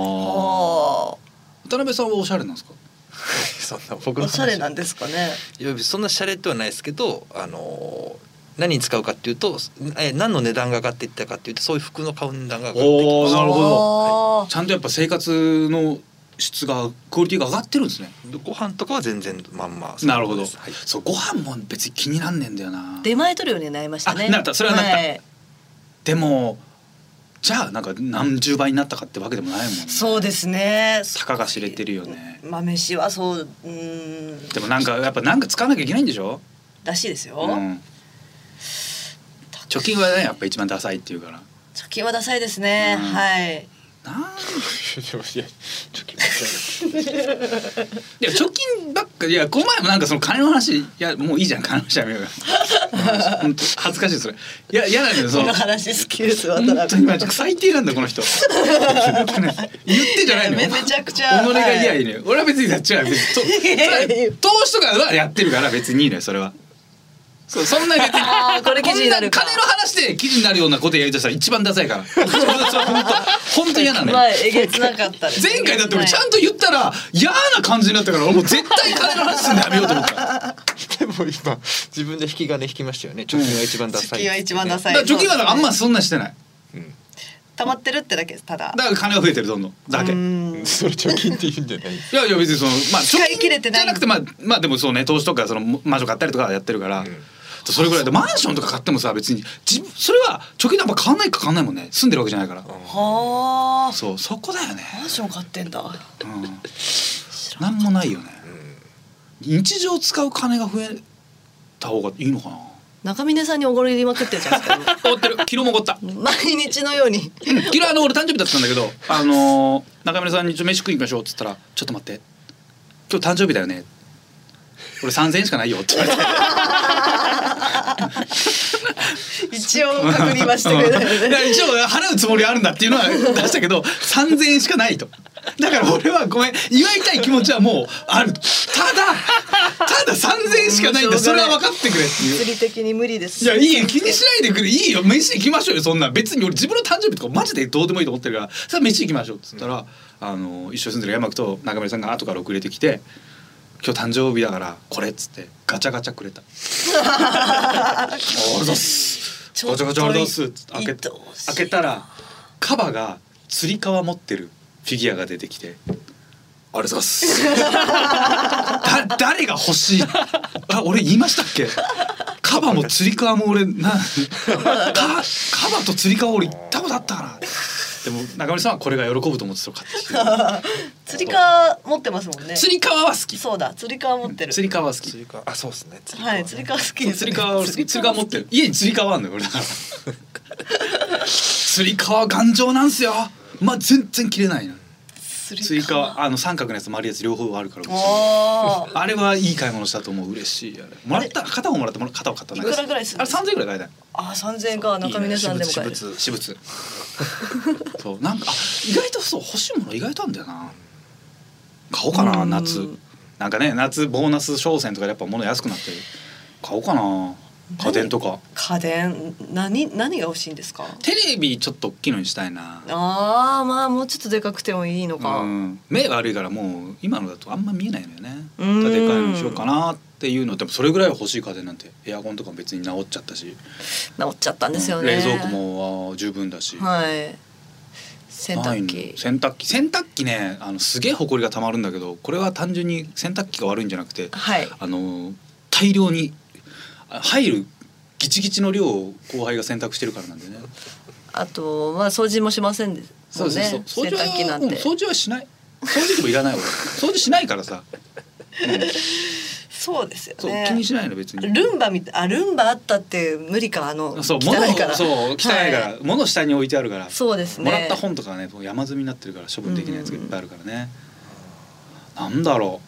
Speaker 3: あ
Speaker 2: 辺さんはおしゃれなんですか
Speaker 4: そんな僕
Speaker 3: ー
Speaker 4: の
Speaker 3: お
Speaker 4: 話
Speaker 3: しゃれなんですかね
Speaker 4: いやそんなシャレではないですけどあのー何に使うかっていうとえ何の値段が上がっていったかっていうとそういう服の買う値段が上がっていきま
Speaker 2: おー
Speaker 4: す
Speaker 2: なるほど
Speaker 3: あー
Speaker 2: ちゃんとやっぱ生活の質がクオリティが上がってるんですね。
Speaker 4: ご飯とかは全然まんま
Speaker 2: なるほど。
Speaker 4: そうです
Speaker 2: そうご飯も別に気になんねえんだよな。
Speaker 3: 出前取るようになりましたね
Speaker 2: あなったそれはなった
Speaker 3: い
Speaker 2: でもじゃあなんか何十倍になったかってわけでもないもんね
Speaker 3: そうですね
Speaker 2: たかが知れてるよね
Speaker 3: まあ飯はそううん
Speaker 2: でもなんかやっぱなんか使わなきゃいけないんでしょ、
Speaker 3: らしいですよ、
Speaker 2: うん、貯金はねやっぱ一番ダサいっていうから
Speaker 3: 貯金はダサいですね、
Speaker 2: うん
Speaker 3: はい
Speaker 2: なん
Speaker 4: はいいやちょっと聞い
Speaker 2: いや貯金ばっかいやこの前もなんかその金の話いやもういいじゃん金の話やめよう よ本当恥ずかしいそれいや嫌なんだよそ
Speaker 3: こ
Speaker 2: の
Speaker 3: の話好きです渡
Speaker 2: 本当
Speaker 3: 辺
Speaker 2: にマジ最低なんだこ の人本当ね言ってんじゃないの
Speaker 3: いやめめちゃくちゃ
Speaker 2: 己が
Speaker 3: はい
Speaker 2: いやいいのよ俺は別にやっちゃうよ別に
Speaker 3: いやいやいや
Speaker 2: と 投資とかはやってるから別にいいのよそれはそうそんな別に
Speaker 3: あーこれ記事になるか
Speaker 2: こん金の話で記事になるようなことやりだしたら一番ダサいからそれは本当本当嫌なのよ
Speaker 3: 前えげつなかったです
Speaker 2: 前回だって俺ちゃ
Speaker 3: と
Speaker 2: んと言ったら嫌な感じになったから俺もう絶対金の話すんのやめようと思っただか
Speaker 4: てますでも今自分で引き金引きましたよね貯金は一番ダサい
Speaker 3: 貯金は一番ダサい
Speaker 2: ら貯金はあんまそんなしてない
Speaker 3: 溜まってるってだけですただ
Speaker 2: だから金が増えてるどんどんだけ
Speaker 3: う
Speaker 2: い
Speaker 3: ん
Speaker 4: それ貯金って言うんじゃない
Speaker 2: やいや別にそのまあ
Speaker 3: 使い切れてない
Speaker 2: じゃなくてまあまあでもそうね投資とかその魔女買ったりとかはやってるから、それぐらいでマンションとか買ってもさ別に自分それは貯金なんか買わないか買わないもんね住んでるわけじゃないから、
Speaker 3: はあ
Speaker 2: そうそこだよね、
Speaker 3: マンション買ってんだ
Speaker 2: うん、なんもないよね、日常使う金が増えた方がいいのかな
Speaker 3: 中峰さんにおごりまくってんじゃないですか 今
Speaker 2: 終わってる昨日も怒った
Speaker 3: 毎日のように
Speaker 2: うん昨日あの俺誕生日だったんだけどあのー中村さんに「ちょっと飯食いに行きましょう」っつったら「ちょっと待って今日誕生日だよね俺3,000円しかないよ」って言われて
Speaker 3: 一応確認はしてくれたよ
Speaker 2: いや
Speaker 3: ね
Speaker 2: 一応払うつもりあるんだっていうのは出したけど3,000円しかないとだから俺はごめん祝いたい気持ちはもうあるただただ3,000円しかないんだそれは分かってくれっていう
Speaker 3: 物理的に無理です
Speaker 2: いやいいよ気にしないでくれいいよ飯行きましょうよそんな別に俺自分の誕生日とかマジでどうでもいいと思ってるからさあ飯行きましょうっつったら、あの一緒に住んでる山木と中村さんが後から遅れてきて「今日誕生日だからこれ」っつってガチャガチャくれた 「あれだっす
Speaker 3: ちょ
Speaker 2: ガ
Speaker 3: っ
Speaker 2: チ
Speaker 3: と
Speaker 2: ャガチャあれだっす」っつって開け
Speaker 3: 愛おしい
Speaker 2: 開けたらカバがつり革持ってるフィギュアが出てきて「あれだっす」 だ誰が欲しいあ俺言いましたっけカバも釣り革も俺なか カバと釣り革俺行ったことあったかなでも中村さんはこれが喜ぶと思ってそれ買ってきた
Speaker 3: 釣り革持ってますもんね
Speaker 2: 釣り革は好き
Speaker 3: そうだ釣り革持ってる
Speaker 2: 釣り革は好き
Speaker 4: 釣りかあそうですね釣りか
Speaker 3: はい釣り革好きです、ね、
Speaker 2: 釣り革は俺好き釣り革持ってる家に釣り革あんのよ俺だから 釣り革頑丈なんすよまあ全然切れないな
Speaker 3: 釣
Speaker 2: 釣
Speaker 3: り
Speaker 2: り革あの三角のやつ丸いやつ両方あるから
Speaker 3: おー
Speaker 2: あれはいい買い物したと思う嬉しいあれもらった片方もらってもら片方買った
Speaker 3: いくらぐらいする
Speaker 2: あれ三千円ぐらいだいたい
Speaker 3: あ三千円か中峰さんでも買える
Speaker 4: 私物
Speaker 2: 私物 そうなんかあ意外とそう欲しいもの意外とあんだよな買おうかな
Speaker 3: うん
Speaker 2: 夏なんかね夏ボーナス商戦とかでやっぱ物安くなってる買おうかな家電とか
Speaker 3: 家電何何が欲しいんですか
Speaker 2: テレビちょっと大きいのにしたいな
Speaker 3: ああまあもうちょっとでかくてもいいのか、
Speaker 2: うん、目が悪いからもう今のだとあんま見えないのよね
Speaker 3: う
Speaker 2: だ
Speaker 3: ん
Speaker 2: からでかいのにしようかなっていうのでもそれぐらい欲しい家電なんてエアコンとかも別に治っちゃったし、
Speaker 3: 治っちゃったんですよ
Speaker 2: うん
Speaker 3: ね、
Speaker 2: 冷蔵庫もあー十分だし、
Speaker 3: はい洗濯
Speaker 2: ない
Speaker 3: 機
Speaker 2: の洗濯機洗濯機ねあのすげえ埃がたまるんだけどこれは単純に洗濯機が悪いんじゃなくて
Speaker 3: はい
Speaker 2: あの大量にあ入るギチギチの量を後輩が選択してるからなんでね
Speaker 3: あとまあ掃除もしませんですもんね
Speaker 2: そうそうそう掃除
Speaker 3: 洗
Speaker 2: は
Speaker 3: 濯機なん
Speaker 2: うん
Speaker 3: て
Speaker 2: 掃除はしない掃除機もいら ない俺掃除しないからさ、うん
Speaker 3: そうですよ
Speaker 2: そう
Speaker 3: ね
Speaker 2: 気にしないの別に
Speaker 3: ルンバみたいあルンバあったって無理かあの
Speaker 2: そう
Speaker 3: 汚
Speaker 2: 物を
Speaker 3: いから
Speaker 2: そう汚いから、
Speaker 3: は
Speaker 2: 物下に置いてあるから
Speaker 3: そうですね
Speaker 2: もらった本とかはねもう山積みになってるから処分できないやつがいっぱいあるからね、なんだろ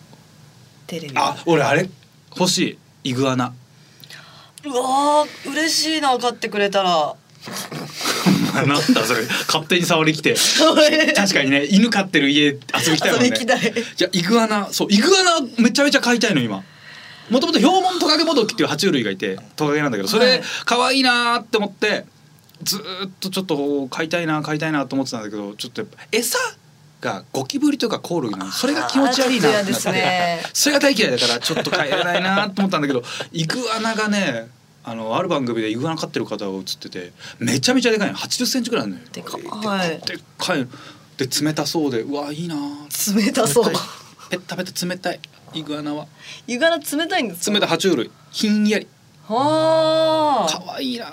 Speaker 3: テレビ
Speaker 2: うあ俺あれ欲しいイグアナ
Speaker 3: うわー嬉しいな買ってくれたら
Speaker 2: なんだそれ勝手に触りきて
Speaker 3: 確
Speaker 2: 確かにね犬飼ってる家遊びに来たいもんね
Speaker 3: 遊びに来たい
Speaker 2: じゃイグアナそうイグアナめちゃめちゃ飼いたいの今もともとヒョウモントカゲモドキっていう爬虫類がいてトカゲなんだけどそ
Speaker 3: は
Speaker 2: れ
Speaker 3: い
Speaker 2: 可愛いなーって思ってずーっとちょっと飼いたいな飼いたいなと思ってたんだけどちょっとやっぱ餌がゴキブリとかコオロギなのそれが気持ち悪いなってなって
Speaker 3: あーちょっと嫌ですね
Speaker 2: それが大嫌いだからちょっと飼えないなと思ったんだけどイグアナがねあのある番組でイグアナ飼ってる方が映っててめちゃめちゃでかいの8 0センチぐらいあるのよ。
Speaker 3: でかはい
Speaker 2: でっかいので冷たそうでうわいいなー
Speaker 3: 冷たそう
Speaker 2: 冷たいペッタペタ冷たいイグアナは
Speaker 3: 湯柄冷たいんですか
Speaker 2: 冷たい爬虫類ひんやり
Speaker 3: はあ
Speaker 2: 可愛いいな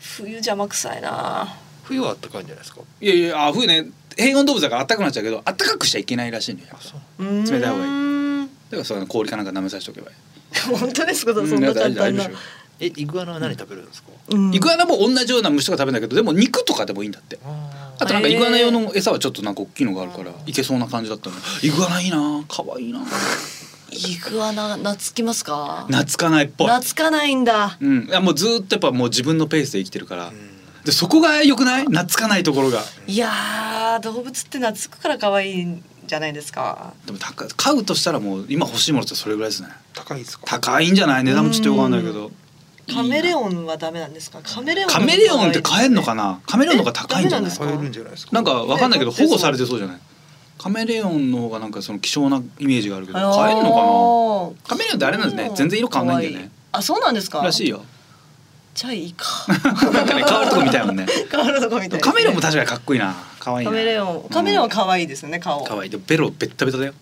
Speaker 3: 冬邪魔くさいな
Speaker 4: 冬は暖かいんじゃないですか。
Speaker 2: いやいやあ冬ね平穏動物だから暖かくなっちゃうけど暖かくしちゃいけないらしいねだか
Speaker 4: そう。
Speaker 3: 冷
Speaker 2: 冷たい方がいい
Speaker 3: い
Speaker 2: らその氷かなんか舐めさせておけばいい
Speaker 3: 本当ですかそ
Speaker 2: うん
Speaker 3: な簡
Speaker 2: 大
Speaker 3: 単
Speaker 2: 丈
Speaker 3: な
Speaker 2: 夫でし
Speaker 4: えイグアナは何食べるんですか。
Speaker 3: うん
Speaker 2: ょイグアナも同じような虫とか食べるんだけどでも肉とかでもいいんだってあとなんかイグアナ用の餌はちょっとなんか大きいのがあるからいけそうな感じだったのイグアナいいな可愛いな
Speaker 3: イグアナ懐きますか
Speaker 2: 懐かないっぽい
Speaker 3: 懐かないんだ
Speaker 2: うんいやもうずーっとやっぱもう自分のペースで生きてるからでそこが良くない懐かないところが
Speaker 3: いやー動物って懐くから可愛いんじゃないですか
Speaker 2: でも高い買うとしたらもう今欲しいものってそれぐらいですね
Speaker 4: 高いですか。
Speaker 2: 高いんじゃない値段もちょっとよくわかんないけど
Speaker 3: カメレ
Speaker 2: ン
Speaker 3: オンはダメなんですかカメレオン
Speaker 2: カメレオンって買えんのか
Speaker 3: な
Speaker 2: なカメレオンの方が高いんじゃない
Speaker 3: えダメなんです
Speaker 4: 買えるんじゃないですか。
Speaker 2: なんかわかんないけど
Speaker 3: えだ
Speaker 2: 保
Speaker 3: ってそう
Speaker 2: 護されてそうじゃないカメレオンの方がなんかその希少なイメージがあるけど買えんの
Speaker 3: か
Speaker 2: かなカメレオンってあれなんですね全然色変わんないんだよね
Speaker 3: あそうなんですから
Speaker 2: しい
Speaker 3: よ
Speaker 2: よ
Speaker 3: じゃあいいか
Speaker 2: なんかね変わるとこ見たいもんね
Speaker 3: 変わるとこみたいですね
Speaker 2: カメレオンも確かにかっこいいな可愛い
Speaker 3: カ
Speaker 2: な
Speaker 3: メレオンカメレオンは
Speaker 2: か
Speaker 3: 可愛いですよね顔
Speaker 2: 可愛いでもベロベッタベタだよ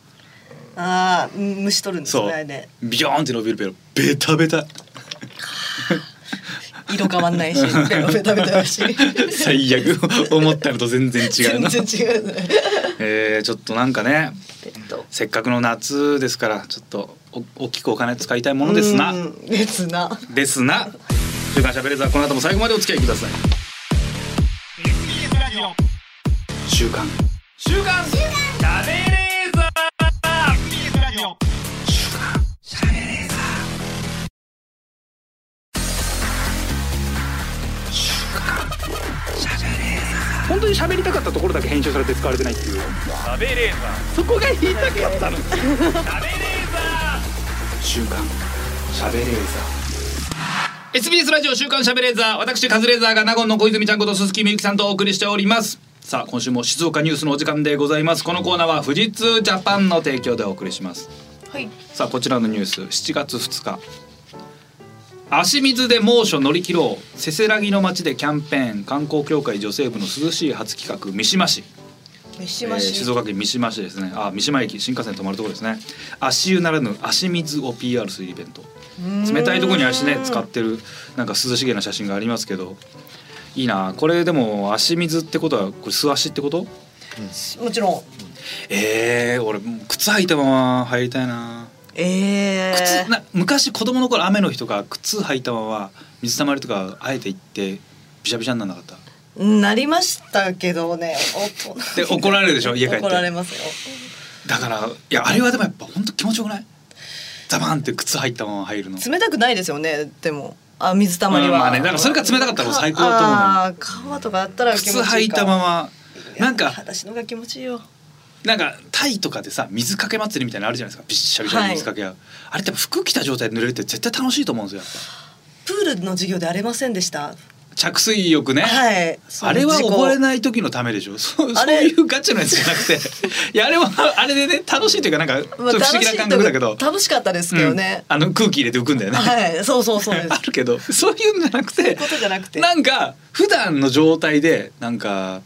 Speaker 3: ああ虫取るんです
Speaker 2: そ
Speaker 3: ね
Speaker 2: う
Speaker 3: あれで
Speaker 2: ビヨーンって伸びるベロベタベタ
Speaker 3: 色変わんないしベロベタベタ だし
Speaker 2: 最悪思ったのと全然違う
Speaker 3: 全
Speaker 2: な
Speaker 3: 然違うね
Speaker 2: えー、ちょっとなんかね
Speaker 3: ペット
Speaker 2: せっかくの夏ですからちょっとお大きくお金使いたいものですな
Speaker 3: うんですな
Speaker 2: ですな週刊しゃべれザーこの後も最後までお付き合いください
Speaker 1: 週刊
Speaker 2: 週刊しゃべれザ
Speaker 1: 本当に喋りたかったところだけ編集されて使われてないっていう
Speaker 3: そこが言いたかった
Speaker 1: 週刊喋れーザー
Speaker 2: SBS ラジオ週刊しゃべれザー私カズレーザーが納言の小泉ちゃんこと鈴木みゆきさんとお送りしておりますさあ今週も静岡ニュースのお時間でございますこのコーナーは富士通ジャパンの提供でお送りします
Speaker 3: はい
Speaker 2: さあこちらのニュース7月2日足水で猛暑乗り切ろうせせらぎの街でキャンペーン観光協会女性部の涼しい初企画三島市
Speaker 3: 三島
Speaker 2: えー静
Speaker 3: 市
Speaker 2: 岡県三島市ですねあ三島駅新幹線止まるところですね足湯ならぬ足水を PR するイベント冷たいところに足ね使ってるなんか涼しげな写真がありますけどいいなこれでも足水ってことはこれ素足ってこと
Speaker 3: もちろん
Speaker 2: えー、俺靴履いたまま入りたいな
Speaker 3: え
Speaker 2: 靴な昔子供の頃雨の日とか靴履いたまま水たまりとかあえて行ってびしゃびしゃにならなかっ
Speaker 3: なりましたけどね大
Speaker 2: た
Speaker 3: 人
Speaker 2: で怒られるで しょ家帰って
Speaker 3: 怒られますよ
Speaker 2: だからいやあれはでもやっぱ本当気持ちよくないザバーンって靴履いたまま入るの
Speaker 3: 冷たくないですよねでもあ水たまり
Speaker 2: う
Speaker 3: は、
Speaker 2: んまあねだからそれが冷たかったらもう最高だと思うのよ
Speaker 3: あー川とかあったら気持ちい
Speaker 2: 靴
Speaker 3: いか
Speaker 2: 履いたままなんか
Speaker 3: 私の方が気持ちいいよ
Speaker 2: なんかタイとかでさ水かけ祭りみたいなのあるじゃないですかびっしゃびしゃに
Speaker 3: はい
Speaker 2: 水かけ合う、あれって服着た状態で濡れるって絶対楽しいと思うんですよやっ
Speaker 3: プールの授業でありませんでした
Speaker 2: ぱ着水浴ね、
Speaker 3: はい
Speaker 2: あれは覚え
Speaker 3: い
Speaker 2: ない時のためでしょそう
Speaker 3: あ
Speaker 2: そう
Speaker 3: れ
Speaker 2: いうガチのやつじゃなくていやあれはあれでね楽しいというかなんかちょっと不思議な感覚だけど、
Speaker 3: 楽しかったですけどね、
Speaker 2: うんあの空気入れて浮くんだよね、
Speaker 3: はいそうそうそうで す
Speaker 2: あるけ どそういうんじゃなく
Speaker 3: そうい
Speaker 2: て
Speaker 3: うことじゃなくて
Speaker 2: なんか普段の状態でなんか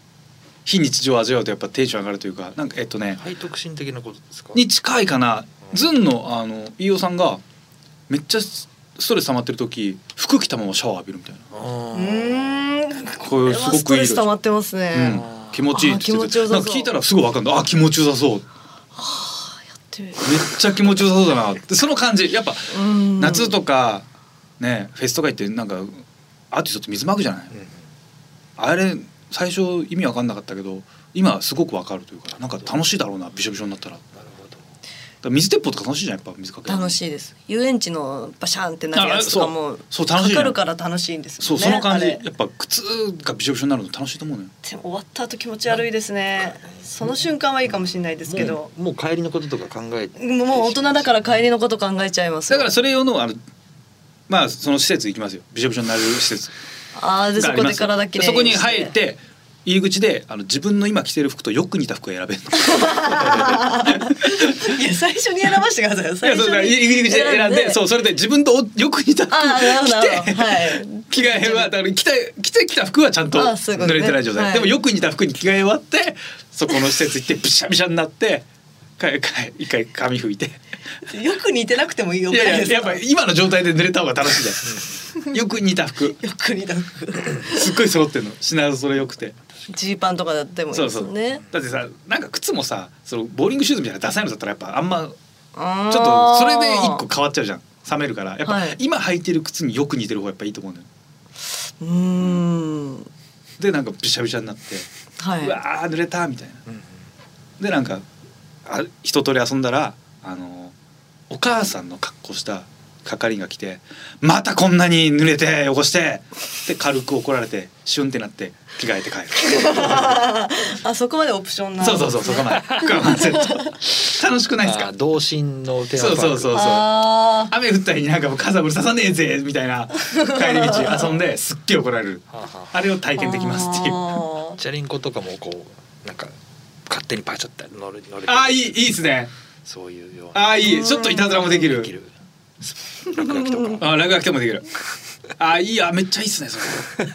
Speaker 2: 非日常を味わうとやっぱテンション上がるというかなんかえっとね
Speaker 4: 背徳心的なことですか。
Speaker 2: に近いかなずんのあの飯尾さんがめっちゃストレス溜まってる時服着たままシャワー浴びるみたいな
Speaker 4: あ
Speaker 3: う
Speaker 4: ー
Speaker 3: ーん。
Speaker 2: これすご
Speaker 3: スト
Speaker 2: くいい
Speaker 3: レ
Speaker 2: で
Speaker 3: ス
Speaker 2: す
Speaker 3: 溜まってます
Speaker 2: う
Speaker 3: ね。
Speaker 2: ん、気持ちいいって言
Speaker 3: あ
Speaker 2: っ
Speaker 3: ー気持
Speaker 2: て
Speaker 3: ちよ
Speaker 2: て
Speaker 3: さそ
Speaker 2: なん
Speaker 3: う
Speaker 2: か聞いたらすぐ分かんないあー気持ちよさそうめっ
Speaker 3: って
Speaker 2: ちゃ気持ちよさそうだなってその感じやっぱ
Speaker 3: うん
Speaker 2: 夏とかねフェスとか行ってなんかアーティストって水まくじゃない、あれ最初意味わかんなかったけど今はすごくわかるというかなんか楽しいだろうなびしょびしょになったらだから水鉄砲とか楽しいじゃんやっぱ水かけるの
Speaker 3: 楽しいです。遊園地のバシャンってなるやつとか
Speaker 2: あ
Speaker 3: も
Speaker 2: そうそう楽しいね
Speaker 3: かかるから楽しいんです
Speaker 2: そ
Speaker 3: よ
Speaker 2: う
Speaker 3: ね。
Speaker 2: その感じ、
Speaker 3: あ
Speaker 2: や
Speaker 3: れ
Speaker 2: っぱ靴がびしょびしょになるの楽しいと思うのよ
Speaker 3: でも終わった後気持ち悪いですね。その瞬間はいいかもしれないですけど
Speaker 4: も、うもう帰りのこととか考えて
Speaker 3: もう大人だから帰りのこと考えちゃいます。
Speaker 2: だからそれ用のあのまあその施設行きますよびしょびしょになる施設
Speaker 3: ああでそ
Speaker 2: があり
Speaker 3: こ
Speaker 2: ま
Speaker 3: です体きれい
Speaker 2: そこに
Speaker 3: して
Speaker 2: 入っ。て入り口であの自分の今着てる服とよく似た服を選べる
Speaker 3: いや最初に選ばしてくださいよ。
Speaker 2: いや
Speaker 3: 最
Speaker 2: そ
Speaker 3: 初
Speaker 2: うだから
Speaker 3: に
Speaker 2: 入り口で選んでそうそれで自分とよく似た服
Speaker 3: ああなるほどなる
Speaker 2: 着
Speaker 3: ほ
Speaker 2: て
Speaker 3: ど。はい。
Speaker 2: 着替えはだから着て着てきた服はちゃんと
Speaker 3: あそういうこ
Speaker 2: 濡
Speaker 3: とね
Speaker 2: れてない状態、
Speaker 3: はい
Speaker 2: でもよく似た服に着替え終わってそこの施設行ってびしゃびしゃになってかか一回髪拭いて。
Speaker 3: よく似てなくてもいい
Speaker 2: い
Speaker 3: よくない
Speaker 2: や
Speaker 3: で
Speaker 2: い
Speaker 3: すか
Speaker 2: ややっぱ今の状態で濡れた方が楽しいじゃんよく似た服
Speaker 3: よく似た服
Speaker 2: すっごい揃ってんの品揃えよくて
Speaker 3: ジーパンとかだってもいい
Speaker 2: そう
Speaker 3: で
Speaker 2: そ
Speaker 3: す
Speaker 2: う
Speaker 3: ね
Speaker 2: だってさなんか靴もさそのボーリングシューズみたいなダサいのだったらやっぱあんまちょ
Speaker 3: あー
Speaker 2: っとそれで一個変わっちゃうじゃん冷めるからやっぱ、
Speaker 3: はい
Speaker 2: 今履いてる靴によく似てる方がやっぱいいと思うのよ
Speaker 3: うーん
Speaker 2: でなんかびしゃびしゃになって、
Speaker 3: は
Speaker 2: う
Speaker 3: い
Speaker 2: わー濡れたみたいな
Speaker 4: うん
Speaker 2: でなんかあ一通り遊んだらあのお母さんの格好した係員が来て「またこんなに濡れて汚して!」で軽く怒られてシュンってなって着替えて帰 る
Speaker 3: あそこまでオプションなんで
Speaker 2: そ
Speaker 3: す
Speaker 2: う
Speaker 3: ね
Speaker 2: そうそうそこまでこれワンセット楽しくないです
Speaker 4: あ
Speaker 2: か
Speaker 4: ー童心のテーマ
Speaker 2: そう
Speaker 4: パーク
Speaker 2: そうそうそう
Speaker 3: あ
Speaker 2: 雨降ったりになんかもう傘ぶる刺さねえぜみたいな帰り道遊んですっげえ怒られる
Speaker 4: はあはあ
Speaker 2: あれを
Speaker 3: ー
Speaker 2: 体験できますっていうあ
Speaker 3: あー
Speaker 4: チャリンコとかもこうなんか勝手にパチャって乗る乗れて
Speaker 2: あーいいいいですね
Speaker 4: そういうような
Speaker 2: ああいいちょっといたずらもできる
Speaker 4: できる落書きとか
Speaker 2: あー落書きとかもでき るあーいいやめっちゃいいっすねそれ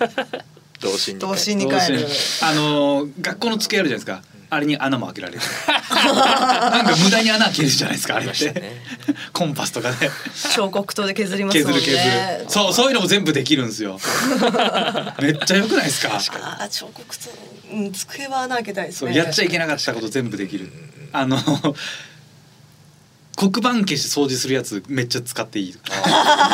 Speaker 4: 童心に
Speaker 3: 童心
Speaker 2: ど
Speaker 3: に
Speaker 2: う
Speaker 3: 帰
Speaker 2: し
Speaker 3: る
Speaker 2: ようあのー学校の机あるじゃないですかあれに穴も開け られるなんか無駄に穴開けるじゃないですかあれっ、
Speaker 4: ありましてたね
Speaker 2: コンパスとか で
Speaker 3: 彫刻刀で削りますも
Speaker 2: 削
Speaker 3: んね
Speaker 2: る削るそうそういうのも全部できるんです よめっちゃ良くないですか
Speaker 3: あー彫刻刀うん机は穴開けたいです
Speaker 2: そう
Speaker 3: ね
Speaker 2: やっちゃいけなかったこと全部できるあの黒板消し掃除するやつめっちゃ使っていい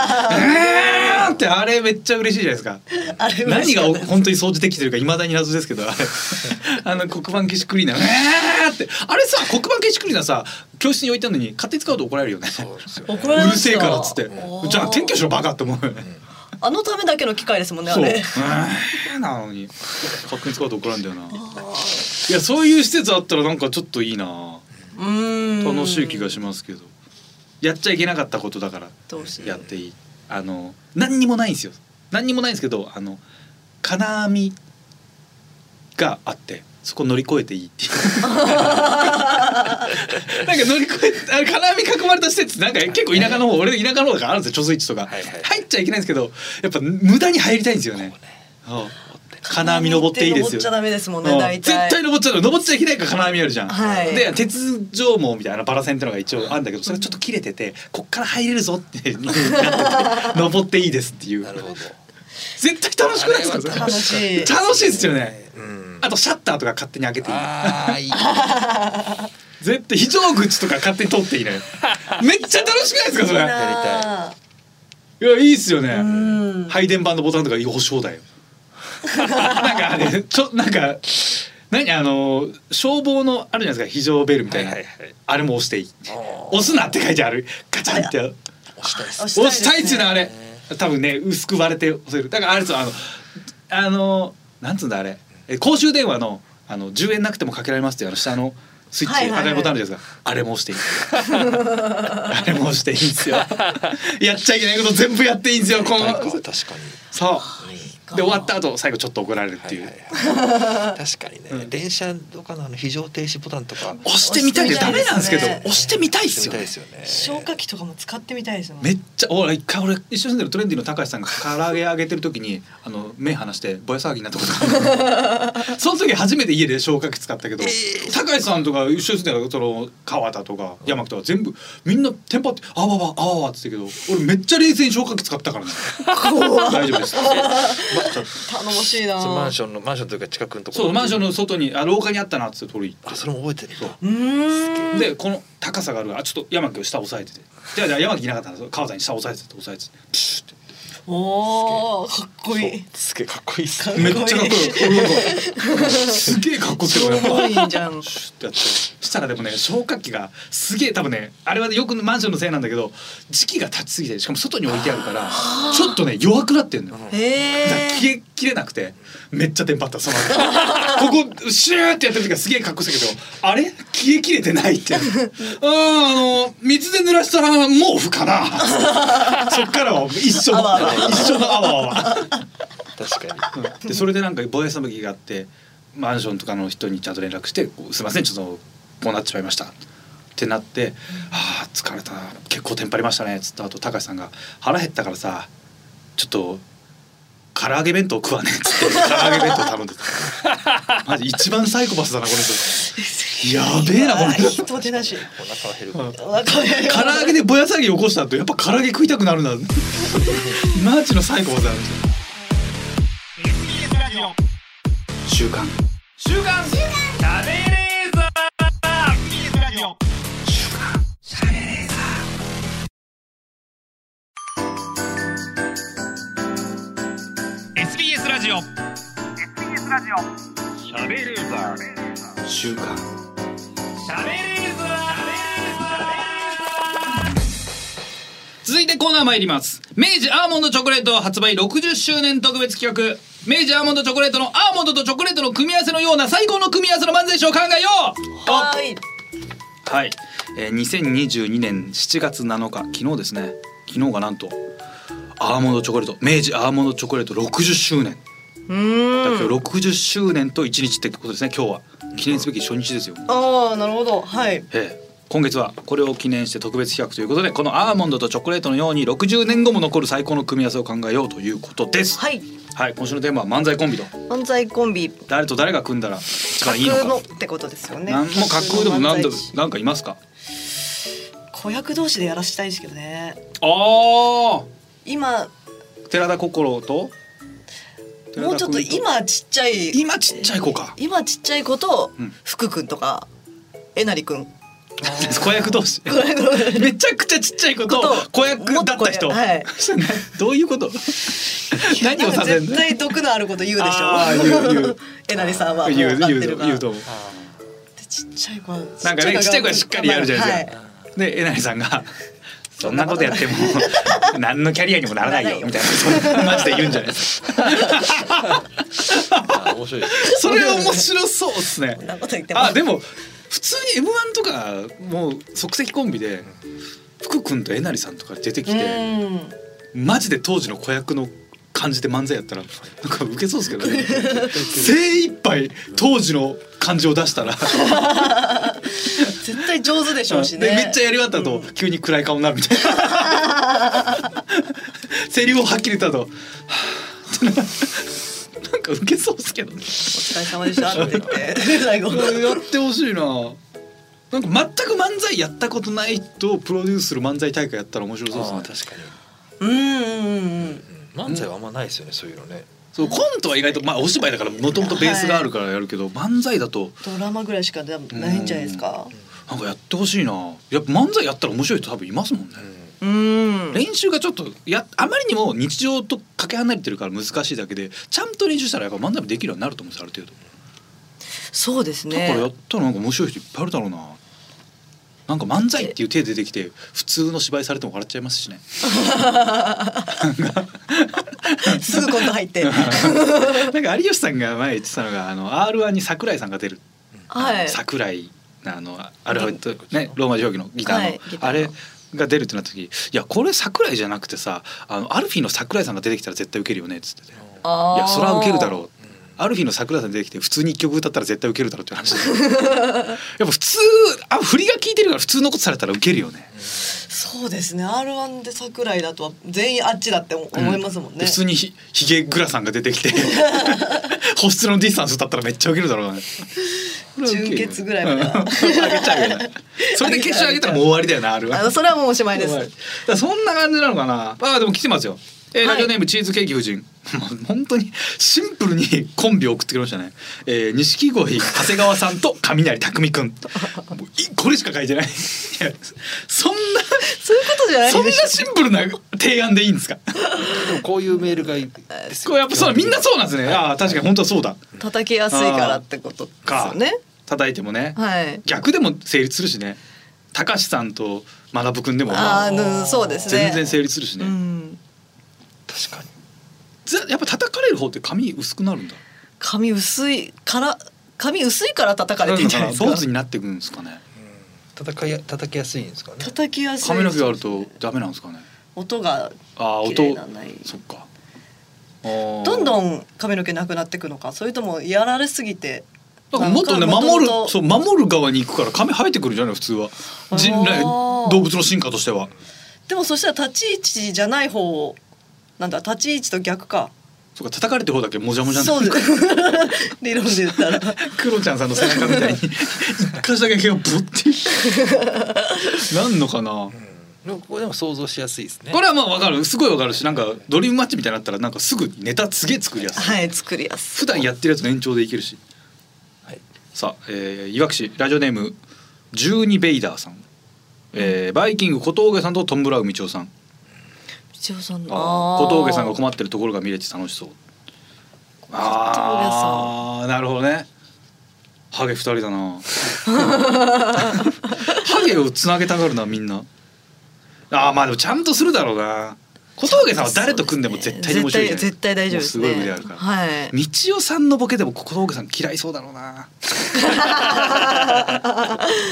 Speaker 2: えーってあれめっちゃ嬉しいじゃないですか
Speaker 3: あれ嬉
Speaker 2: 何
Speaker 3: しか
Speaker 2: が
Speaker 3: った
Speaker 2: お
Speaker 3: です
Speaker 2: 本当に掃除できてるか未だに謎ですけどあれあの黒板消しクリーナーえーってあれさ黒板消しクリーナーさ教室に置いたのに勝手に使うと怒られるよね
Speaker 4: そうですよね
Speaker 3: 怒
Speaker 2: う
Speaker 3: られま
Speaker 2: る
Speaker 3: す
Speaker 2: せえ
Speaker 3: よ
Speaker 2: からっつって
Speaker 3: おー
Speaker 2: じゃあ転居しろバカって思うよね
Speaker 3: あのためだけの機械ですもんねあ
Speaker 2: そう
Speaker 3: れ
Speaker 2: えーなのに勝手に使うと怒られるんだよないやそういう施設あったらなんかちょっといいな
Speaker 3: うーん
Speaker 2: 楽しい気がしますけどやっちゃいけなかったことだから
Speaker 3: どうしよう
Speaker 2: やっていいあの何にもないんですよ何にもないんですけどあの金網があってそこ乗り越えていいっていうなんか乗り越えあの金網囲まれた施設なんか結構田舎の方俺田舎の方があるんですよ貯水池とか、
Speaker 4: はいはい
Speaker 2: 入っちゃいけないんですけどやっぱ無駄に入りたいんですよねそう金網登っていいです
Speaker 3: 登っ
Speaker 2: よ
Speaker 3: ちゃダメですもん
Speaker 2: う
Speaker 3: ね
Speaker 2: ん
Speaker 3: 大
Speaker 2: 絶
Speaker 3: 体
Speaker 2: 対登っちゃう登っちゃいけないから金網あるじゃん、
Speaker 3: はい
Speaker 2: で鉄条網みたいなバラ線ってのが一応あるんだけどそれちょっと切れててこっから入れるぞってなってて登っていいですっていう
Speaker 4: なるほど
Speaker 2: 絶対楽しくないですかそれ
Speaker 3: 楽しい
Speaker 2: 楽しいですよね
Speaker 4: うん
Speaker 2: あとシャッターとか勝手に開けていい
Speaker 4: あーいい
Speaker 2: 絶対非常口とか勝手に通っていいのよめっちゃ楽しくないですかそれ
Speaker 3: いいなあ
Speaker 2: いやいいっすよね
Speaker 3: ん
Speaker 2: 配電盤のボタンとか保証だよなんかあ れちょなんか何あの消防のあるじゃないですか非常ベルみたいな、
Speaker 4: はいはいはい
Speaker 2: あれも押していい
Speaker 4: あー
Speaker 2: 押すなって書いてあるカチャンって
Speaker 4: 押したいですね
Speaker 2: 押したいっつうのあ
Speaker 3: れ
Speaker 2: れ多分ね薄く割れて押せるだからあれですよあのあのなんつうんだあれえ公衆電話のあの10円なくてもかけられますっていうあの下のスイッチ、
Speaker 3: はいはいはい
Speaker 2: 赤いボタンあるじゃないですかあれも押していい あれも押 していいんですよやっちゃいけないこと全部やっていいんですよこ
Speaker 4: なんか
Speaker 2: の
Speaker 4: 確かに
Speaker 2: そう
Speaker 1: で終わった後最後ちょっと怒られるっていう、
Speaker 4: はい はいはい確かにね、
Speaker 1: うん
Speaker 4: 電車とかのあの非常停止ボタンとか
Speaker 2: 押してみたいでダメなんですけど押
Speaker 3: 押
Speaker 2: してみたいっすよ
Speaker 4: 押
Speaker 2: ね
Speaker 4: してみたいですよね
Speaker 3: 消火器とかも使ってみたいですもん
Speaker 2: めっちゃ俺一回俺一緒に住んでるトレンディの高橋さんが唐揚げ揚げてる時にあの目離してぼや騒ぎになったことがあるその時初めて家で消火器使ったけど、高橋さんとか一緒に住んでるその川田とか山木とか全部みんなテンパってあわわあわわって言ってたけど俺めっちゃ冷静に消火器使ったからね大丈夫です
Speaker 3: 頼もしいな
Speaker 4: そのマンションのマンションというか近くのところ
Speaker 2: そうマンションの外にあ廊下にあったなっつって取り行
Speaker 4: あ
Speaker 2: って
Speaker 4: それも覚えてる
Speaker 2: そう
Speaker 3: うーん
Speaker 2: でこの高さがあるからあちょっと山木を下押さえててじゃあじゃあ山木いなかったら川田に下押さえてて押さえててプシュッて。
Speaker 3: おーかっこいい
Speaker 4: すげえかっこいいっす
Speaker 2: めっちゃかっこいい。俺なんか すげえかっこつけたやっ
Speaker 3: すご
Speaker 2: ぱ。
Speaker 3: いじゃん
Speaker 2: シュッてやってしたらでもね消火器がすげえ多分ねあれはよくマンションのせいなんだけど時期が経ちすぎてしかも外に置いてあるからちょっとね弱くなってんのよ。
Speaker 3: へ
Speaker 2: だから消
Speaker 3: え
Speaker 2: えきれなくてめっちゃテンパったその後ここシューってやってる時がすげえかっこつけたけどあれ消えきれてないってあーあの水で濡らしたら毛布かなそっからは一緒の
Speaker 3: あわあわ
Speaker 2: 一緒のあわあわ。
Speaker 4: 確かに
Speaker 2: でそれでなんか防衛騒ぎがあってマンションとかの人にちゃんと連絡して「すいませんちょっとこうなってしまいました」ってなって「あー疲れた結構テンパりましたね」っつった後高橋さんが「腹減ったからさちょっと唐揚げ弁当食わね」っつって唐揚げ弁当頼んでたマジ一番サイコパスだなこの人やべえなこの人
Speaker 3: 人手なし
Speaker 4: お腹は減るから
Speaker 3: お腹
Speaker 2: 唐揚げでぼや騒ぎ起こした後やっぱ唐揚げ食いたくなるなマジのサイコパスだな週刊週刊続いてコーナー参ります明治アーモンドチョコレート発売60周年特別企画明治アーモンドチョコレートのアーモンドとチョコレートの組み合わせのような最高の組み合わせの漫才師を考えようと
Speaker 3: はーい
Speaker 2: はい、えー、2022年7月7日昨日ですね昨日がなんとアーモンドチョコレート明治アーモンドチョコレート60周年
Speaker 3: うー
Speaker 2: だ
Speaker 3: ん
Speaker 2: から今日60周年と1日ってことですね今日は記念すべき初日ですよ、
Speaker 3: ああなるほどはい
Speaker 2: ええ今月はこれを記念して特別企画ということでこのアーモンドとチョコレートのように60年後も残る最高の組み合わせを考えようということですはい、
Speaker 3: はい
Speaker 2: 今週のテーマは漫才コンビと
Speaker 3: 漫才コンビ
Speaker 2: 誰と誰が組んだら一番いいの
Speaker 3: 架
Speaker 2: か
Speaker 3: 空のってことですよね
Speaker 2: なんもう架空でも何でも
Speaker 3: 漫才師
Speaker 2: なんかいますか
Speaker 3: 子役同士でやらしたいですけどね
Speaker 2: あ
Speaker 3: 今
Speaker 2: あ寺田心と寺田君
Speaker 3: もうちょっと今ちっちゃい
Speaker 2: 今ちっちゃい子か
Speaker 3: 今ちっちゃい子と
Speaker 2: うん
Speaker 3: 福君とかえなり君
Speaker 2: 子役同 士めちゃくちゃちっちゃい子と
Speaker 3: こと
Speaker 2: 子役だった人、
Speaker 3: もっと子役 はい
Speaker 2: それなどういうこと何をさせん
Speaker 3: 絶
Speaker 2: の
Speaker 3: 対毒のあること言うでし
Speaker 2: あー言う言
Speaker 3: ょ
Speaker 2: う
Speaker 3: えなりさんはもう
Speaker 2: 言う
Speaker 3: 合っ
Speaker 2: 言う
Speaker 3: てるから
Speaker 2: 言うと思う
Speaker 3: でちっちゃい子は
Speaker 2: なんかねちっちゃい子はしっかりやるじゃないですか
Speaker 3: は
Speaker 2: でえなりさんが「そんなことやっても何のキャリアにもならないよ」みたいなマジで言うんじゃないですか
Speaker 4: あー面白いです
Speaker 2: それ面白そうっすね
Speaker 3: そんなこと言っても
Speaker 2: あでも普通に m 1とかもう即席コンビで福君とえなりさんとか出てき
Speaker 3: う
Speaker 2: て
Speaker 3: ーん
Speaker 2: マジで当時の子役の感じで漫才やったらなんかウケそうですけどね精一杯当時の感じを出したら
Speaker 3: 絶対上手でしょうし
Speaker 2: で
Speaker 3: ね
Speaker 2: めっちゃやり終わったと、急に暗い顔になるみたいな セリフをはっきり言ったとはぁなんかウケそうですけどね
Speaker 3: お疲れ様でしたって言って 最後
Speaker 2: やってほしいななんか全く漫才やったことない人をプロデュースする漫才大会やったら面白そう
Speaker 4: あー
Speaker 2: ですね
Speaker 4: 確かに
Speaker 3: うんうんうん
Speaker 4: うん漫才はあんまないですよねそういうのね
Speaker 2: そうコントは意外とまあお芝居だからもともとベースがあるからやるけど、漫才だと
Speaker 3: ドラマぐらいしかでもないんじゃないですか
Speaker 2: なんかやってほしいなやっぱ漫才やったら面白い人多分いますもんね、
Speaker 3: うーん
Speaker 2: 練習がちょっとやあまりにも日常とかけ離れてるから難しいだけでちゃんと練習したらやっぱ漫才もできるようになると思うんですよある程度、
Speaker 3: そうです
Speaker 2: だからや
Speaker 3: ね
Speaker 2: ったらなんか面白い人いっぱいあるだろうななんか漫才っていう手出てきて普通の芝居されても笑っちゃいます しね
Speaker 3: すぐ今度 入って
Speaker 2: なんか有吉さんが前言ってたのがあの R1 に桜井さんが出る、
Speaker 3: はい
Speaker 2: 桜井あのアルファベットねローマ字表記のギターの、
Speaker 3: はいギターの
Speaker 2: あれが出るってなった時いやこれ桜井じゃなくてさあのアルフィーの桜井さんが出てきたら絶対ウケるよねっつってて
Speaker 4: な。
Speaker 3: あー
Speaker 2: いやそれは受けるだろうある日の桜井さん出てきて普通に一曲歌ったら絶対受けるだろうっていう話 やっぱ普通あ振りが効いてるから普通のことされたら受けるよね
Speaker 3: そうですね R1 で桜井だとは全員あっちだって思思いますもんね、
Speaker 2: で普通にひひげグラさんが出てき て保湿のディスタンス歌ったらめっちゃ受けるだろうねこれは受けるよね
Speaker 3: 純潔ぐらいまで
Speaker 2: うん 上げちゃうよねそれで決勝上げたらもう終わりだよなある
Speaker 3: あ のそれはもうおしまいです
Speaker 2: だからそんな感じなのかなあでも来てますよ、えー
Speaker 3: はい
Speaker 2: ラジオネームチーズケーキ夫人 もう本当にシンプルにコンビを送ってきましたねえー錦鯉、長谷川さんと雷匠くんもういこれしか書いて ないいやそんな
Speaker 3: そういうことじゃない
Speaker 2: そんな
Speaker 3: でしょ
Speaker 2: シンプルな提案でいいんです か
Speaker 4: でもこういうメールがいいです
Speaker 2: これやっぱそうみんなそうなんですねああ確かに本当はそうだ
Speaker 3: 叩きやすいからってことです
Speaker 2: か
Speaker 3: よね
Speaker 2: 叩いてもね、
Speaker 3: はい
Speaker 2: 逆でも成立するしねたかしさんと学ぶくんでもま
Speaker 3: あ
Speaker 2: あ
Speaker 3: ーうんそうですね
Speaker 2: 全然成立するしね、
Speaker 3: うん
Speaker 4: 確かに。
Speaker 2: ざやっぱ叩かれる方って髪薄くなるんだ
Speaker 3: 髪薄いから髪薄いから叩かれてんじゃないです
Speaker 2: 坊
Speaker 3: か
Speaker 2: 主になっていくんですかね
Speaker 4: 戦いや叩きやすいんですかね。
Speaker 3: 叩きやすい
Speaker 2: 髪の毛があるとダメなんですかね
Speaker 3: 音が
Speaker 2: あー
Speaker 3: 綺麗
Speaker 2: 音
Speaker 3: なない
Speaker 2: そっかあー
Speaker 3: どんどん髪の毛なくなっていくのかそれともやられすぎて
Speaker 2: なんかもっとね
Speaker 3: なんか
Speaker 2: 守る
Speaker 3: 元々
Speaker 2: そう守る側に行くから髪生えてくるんじゃない普通は人類
Speaker 3: あー
Speaker 2: 動物の進化としては
Speaker 3: でもそしたら立ち位置じゃない方をなんだ立ち位置と逆か
Speaker 2: そうか叩かれてる方だけもじゃもじゃにな
Speaker 3: そう
Speaker 2: る
Speaker 3: です 理論で言った ら
Speaker 2: クロちゃんさんの背中み たいに一箇所だけ毛がぶってなんのかな
Speaker 4: でもこれでも想像しやすいですね。
Speaker 2: これはまあわかるすごいわかるしなんかドリームマッチみたいになったらなんかすぐにネタすげえ作りやすい
Speaker 3: はい作りやす
Speaker 2: 普段やってるやつの延長でいけるし
Speaker 4: はい。
Speaker 2: さあ、えー、いわき市ラジオネーム十二ベイダーさん、えー、バイキング小峠さんとトンブラウみちおさん
Speaker 3: い一応さんの
Speaker 2: あー
Speaker 3: あ
Speaker 2: 小
Speaker 3: ー
Speaker 2: 峠さんが困ってるところが見れて楽しそうああなるほどねハゲ二人だ なハゲをつなげたがるなみんなあーまあでもちゃんとするだろうな小峠さんは誰と組んでも絶対に面白いじゃない
Speaker 3: 絶対絶対大丈夫ですね
Speaker 2: もうすごい腕あるから、
Speaker 3: はい
Speaker 2: みちおさんのボケでも小峠さん嫌いそうだろうな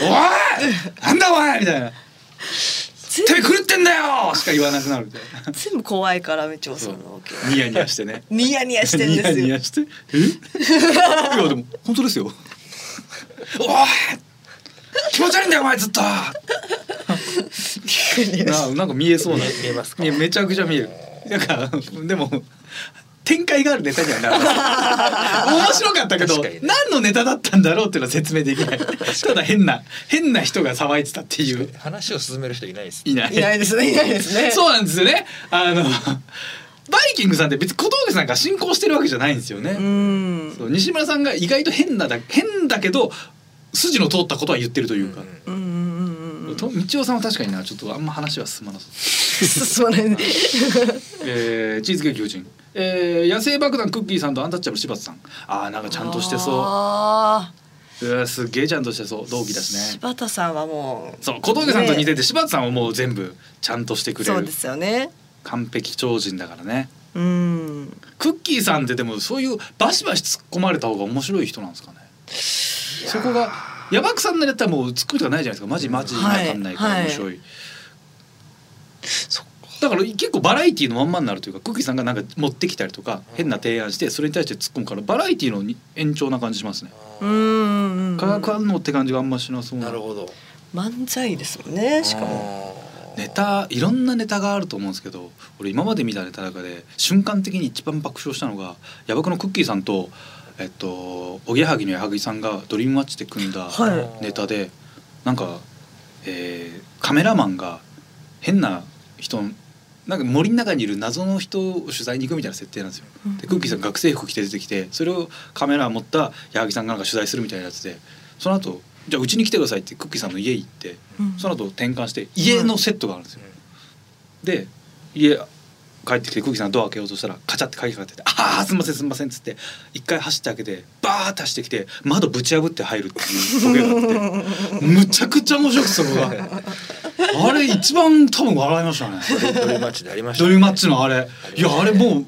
Speaker 2: おいなんだおいみたいな手狂ってんだよしか言わなくなるみたいな
Speaker 3: 全部怖いからみちおさんのボケは
Speaker 2: ニヤニヤしてね
Speaker 3: ニヤニヤしてんですよ
Speaker 2: ニヤニヤ してえいやでも本当ですよおい気持ち悪いんだよお前 ずっとななんか見えそうな
Speaker 4: 見えますか
Speaker 2: いやめちゃくちゃ見えるなんかでも展開があるネタにはならない面白かったけど、
Speaker 4: 確かにね
Speaker 2: 何のネタだったんだろうっていうのは説明できないただ変な変な人が騒いでたっていう
Speaker 4: 話を進める人いないですね。
Speaker 2: いない
Speaker 3: いないですねいないですね
Speaker 2: そうなんですよねあのバイキングさんって別に小峠さんが進行してるわけじゃないんですよね、
Speaker 3: うん
Speaker 2: そう西村さんが意外と変なだ変だけど筋の通ったことは言ってるというか、
Speaker 3: うんうんうんうん
Speaker 2: と道夫さんは確かになちょっとあんま話は進まなそう
Speaker 3: 進まないね
Speaker 2: えーチーズケーキ夫人、えー野生爆弾クッキーさんとアンタッチャブル柴田さんあーなんかちゃんとしてそ
Speaker 3: あ
Speaker 2: ううわすっげえちゃんとしてそう同期だ
Speaker 3: ー
Speaker 2: しね
Speaker 3: 柴田さんはもう
Speaker 2: そう小峠さんと似てて柴田さんはもう全部ちゃんとしてくれ
Speaker 3: そう
Speaker 2: る
Speaker 3: ですよね
Speaker 2: 完璧超人だからね
Speaker 3: うん
Speaker 2: クッキーさんってでもそういうバシバシ突っ込まれた方が面白い人なんですかねそこが山草になったらもう突っ込みとかないじゃないですかマジマジわかんないか
Speaker 3: は
Speaker 2: ら
Speaker 3: い
Speaker 2: 面白い、だから結構バラエティーのまんまになるというかクッキーさんがなんか持ってきたりとか変な提案してそれに対して突っ込むからバラエティーのに延長な感じしますね
Speaker 3: うんうんうん
Speaker 2: 化学反応って感じがあんましなそう
Speaker 4: なるほど。
Speaker 3: 漫才ですもんねしかも
Speaker 4: も
Speaker 2: ネタいろんなネタがあると思うんですけど俺今まで見たネタの中で瞬間的に一番爆笑したのが野爆のクッキーさんとえっとおぎやはぎの矢作さんがドリームマッチで組んだ
Speaker 3: は
Speaker 2: ネタでなんか、えーカメラマンが変な人なんか森の中にいる謎の人を取材に行くみたいな設定なんですよ。 でクッキーさん学生服着て出てきてそれをカメラ持った矢作さんがなんか取材するみたいなやつでその後じゃあうちに来てくださいってクッキーさんの家行って
Speaker 3: うん
Speaker 2: その後転換して家のセットがあるんですよ。で家帰ってきてクッキーさんドア開けようとしたらカチャって鍵かかってて「ああすんませんすんません」っつって一回走って開けてバーッて走ってきて窓ぶち破って入るっていうボケがあってむちゃくちゃ面白くてそこがあれ一番多分笑いましたね
Speaker 4: ドリマッチでありました
Speaker 2: ド
Speaker 4: ね。
Speaker 2: リームマッチのあれいやあれもう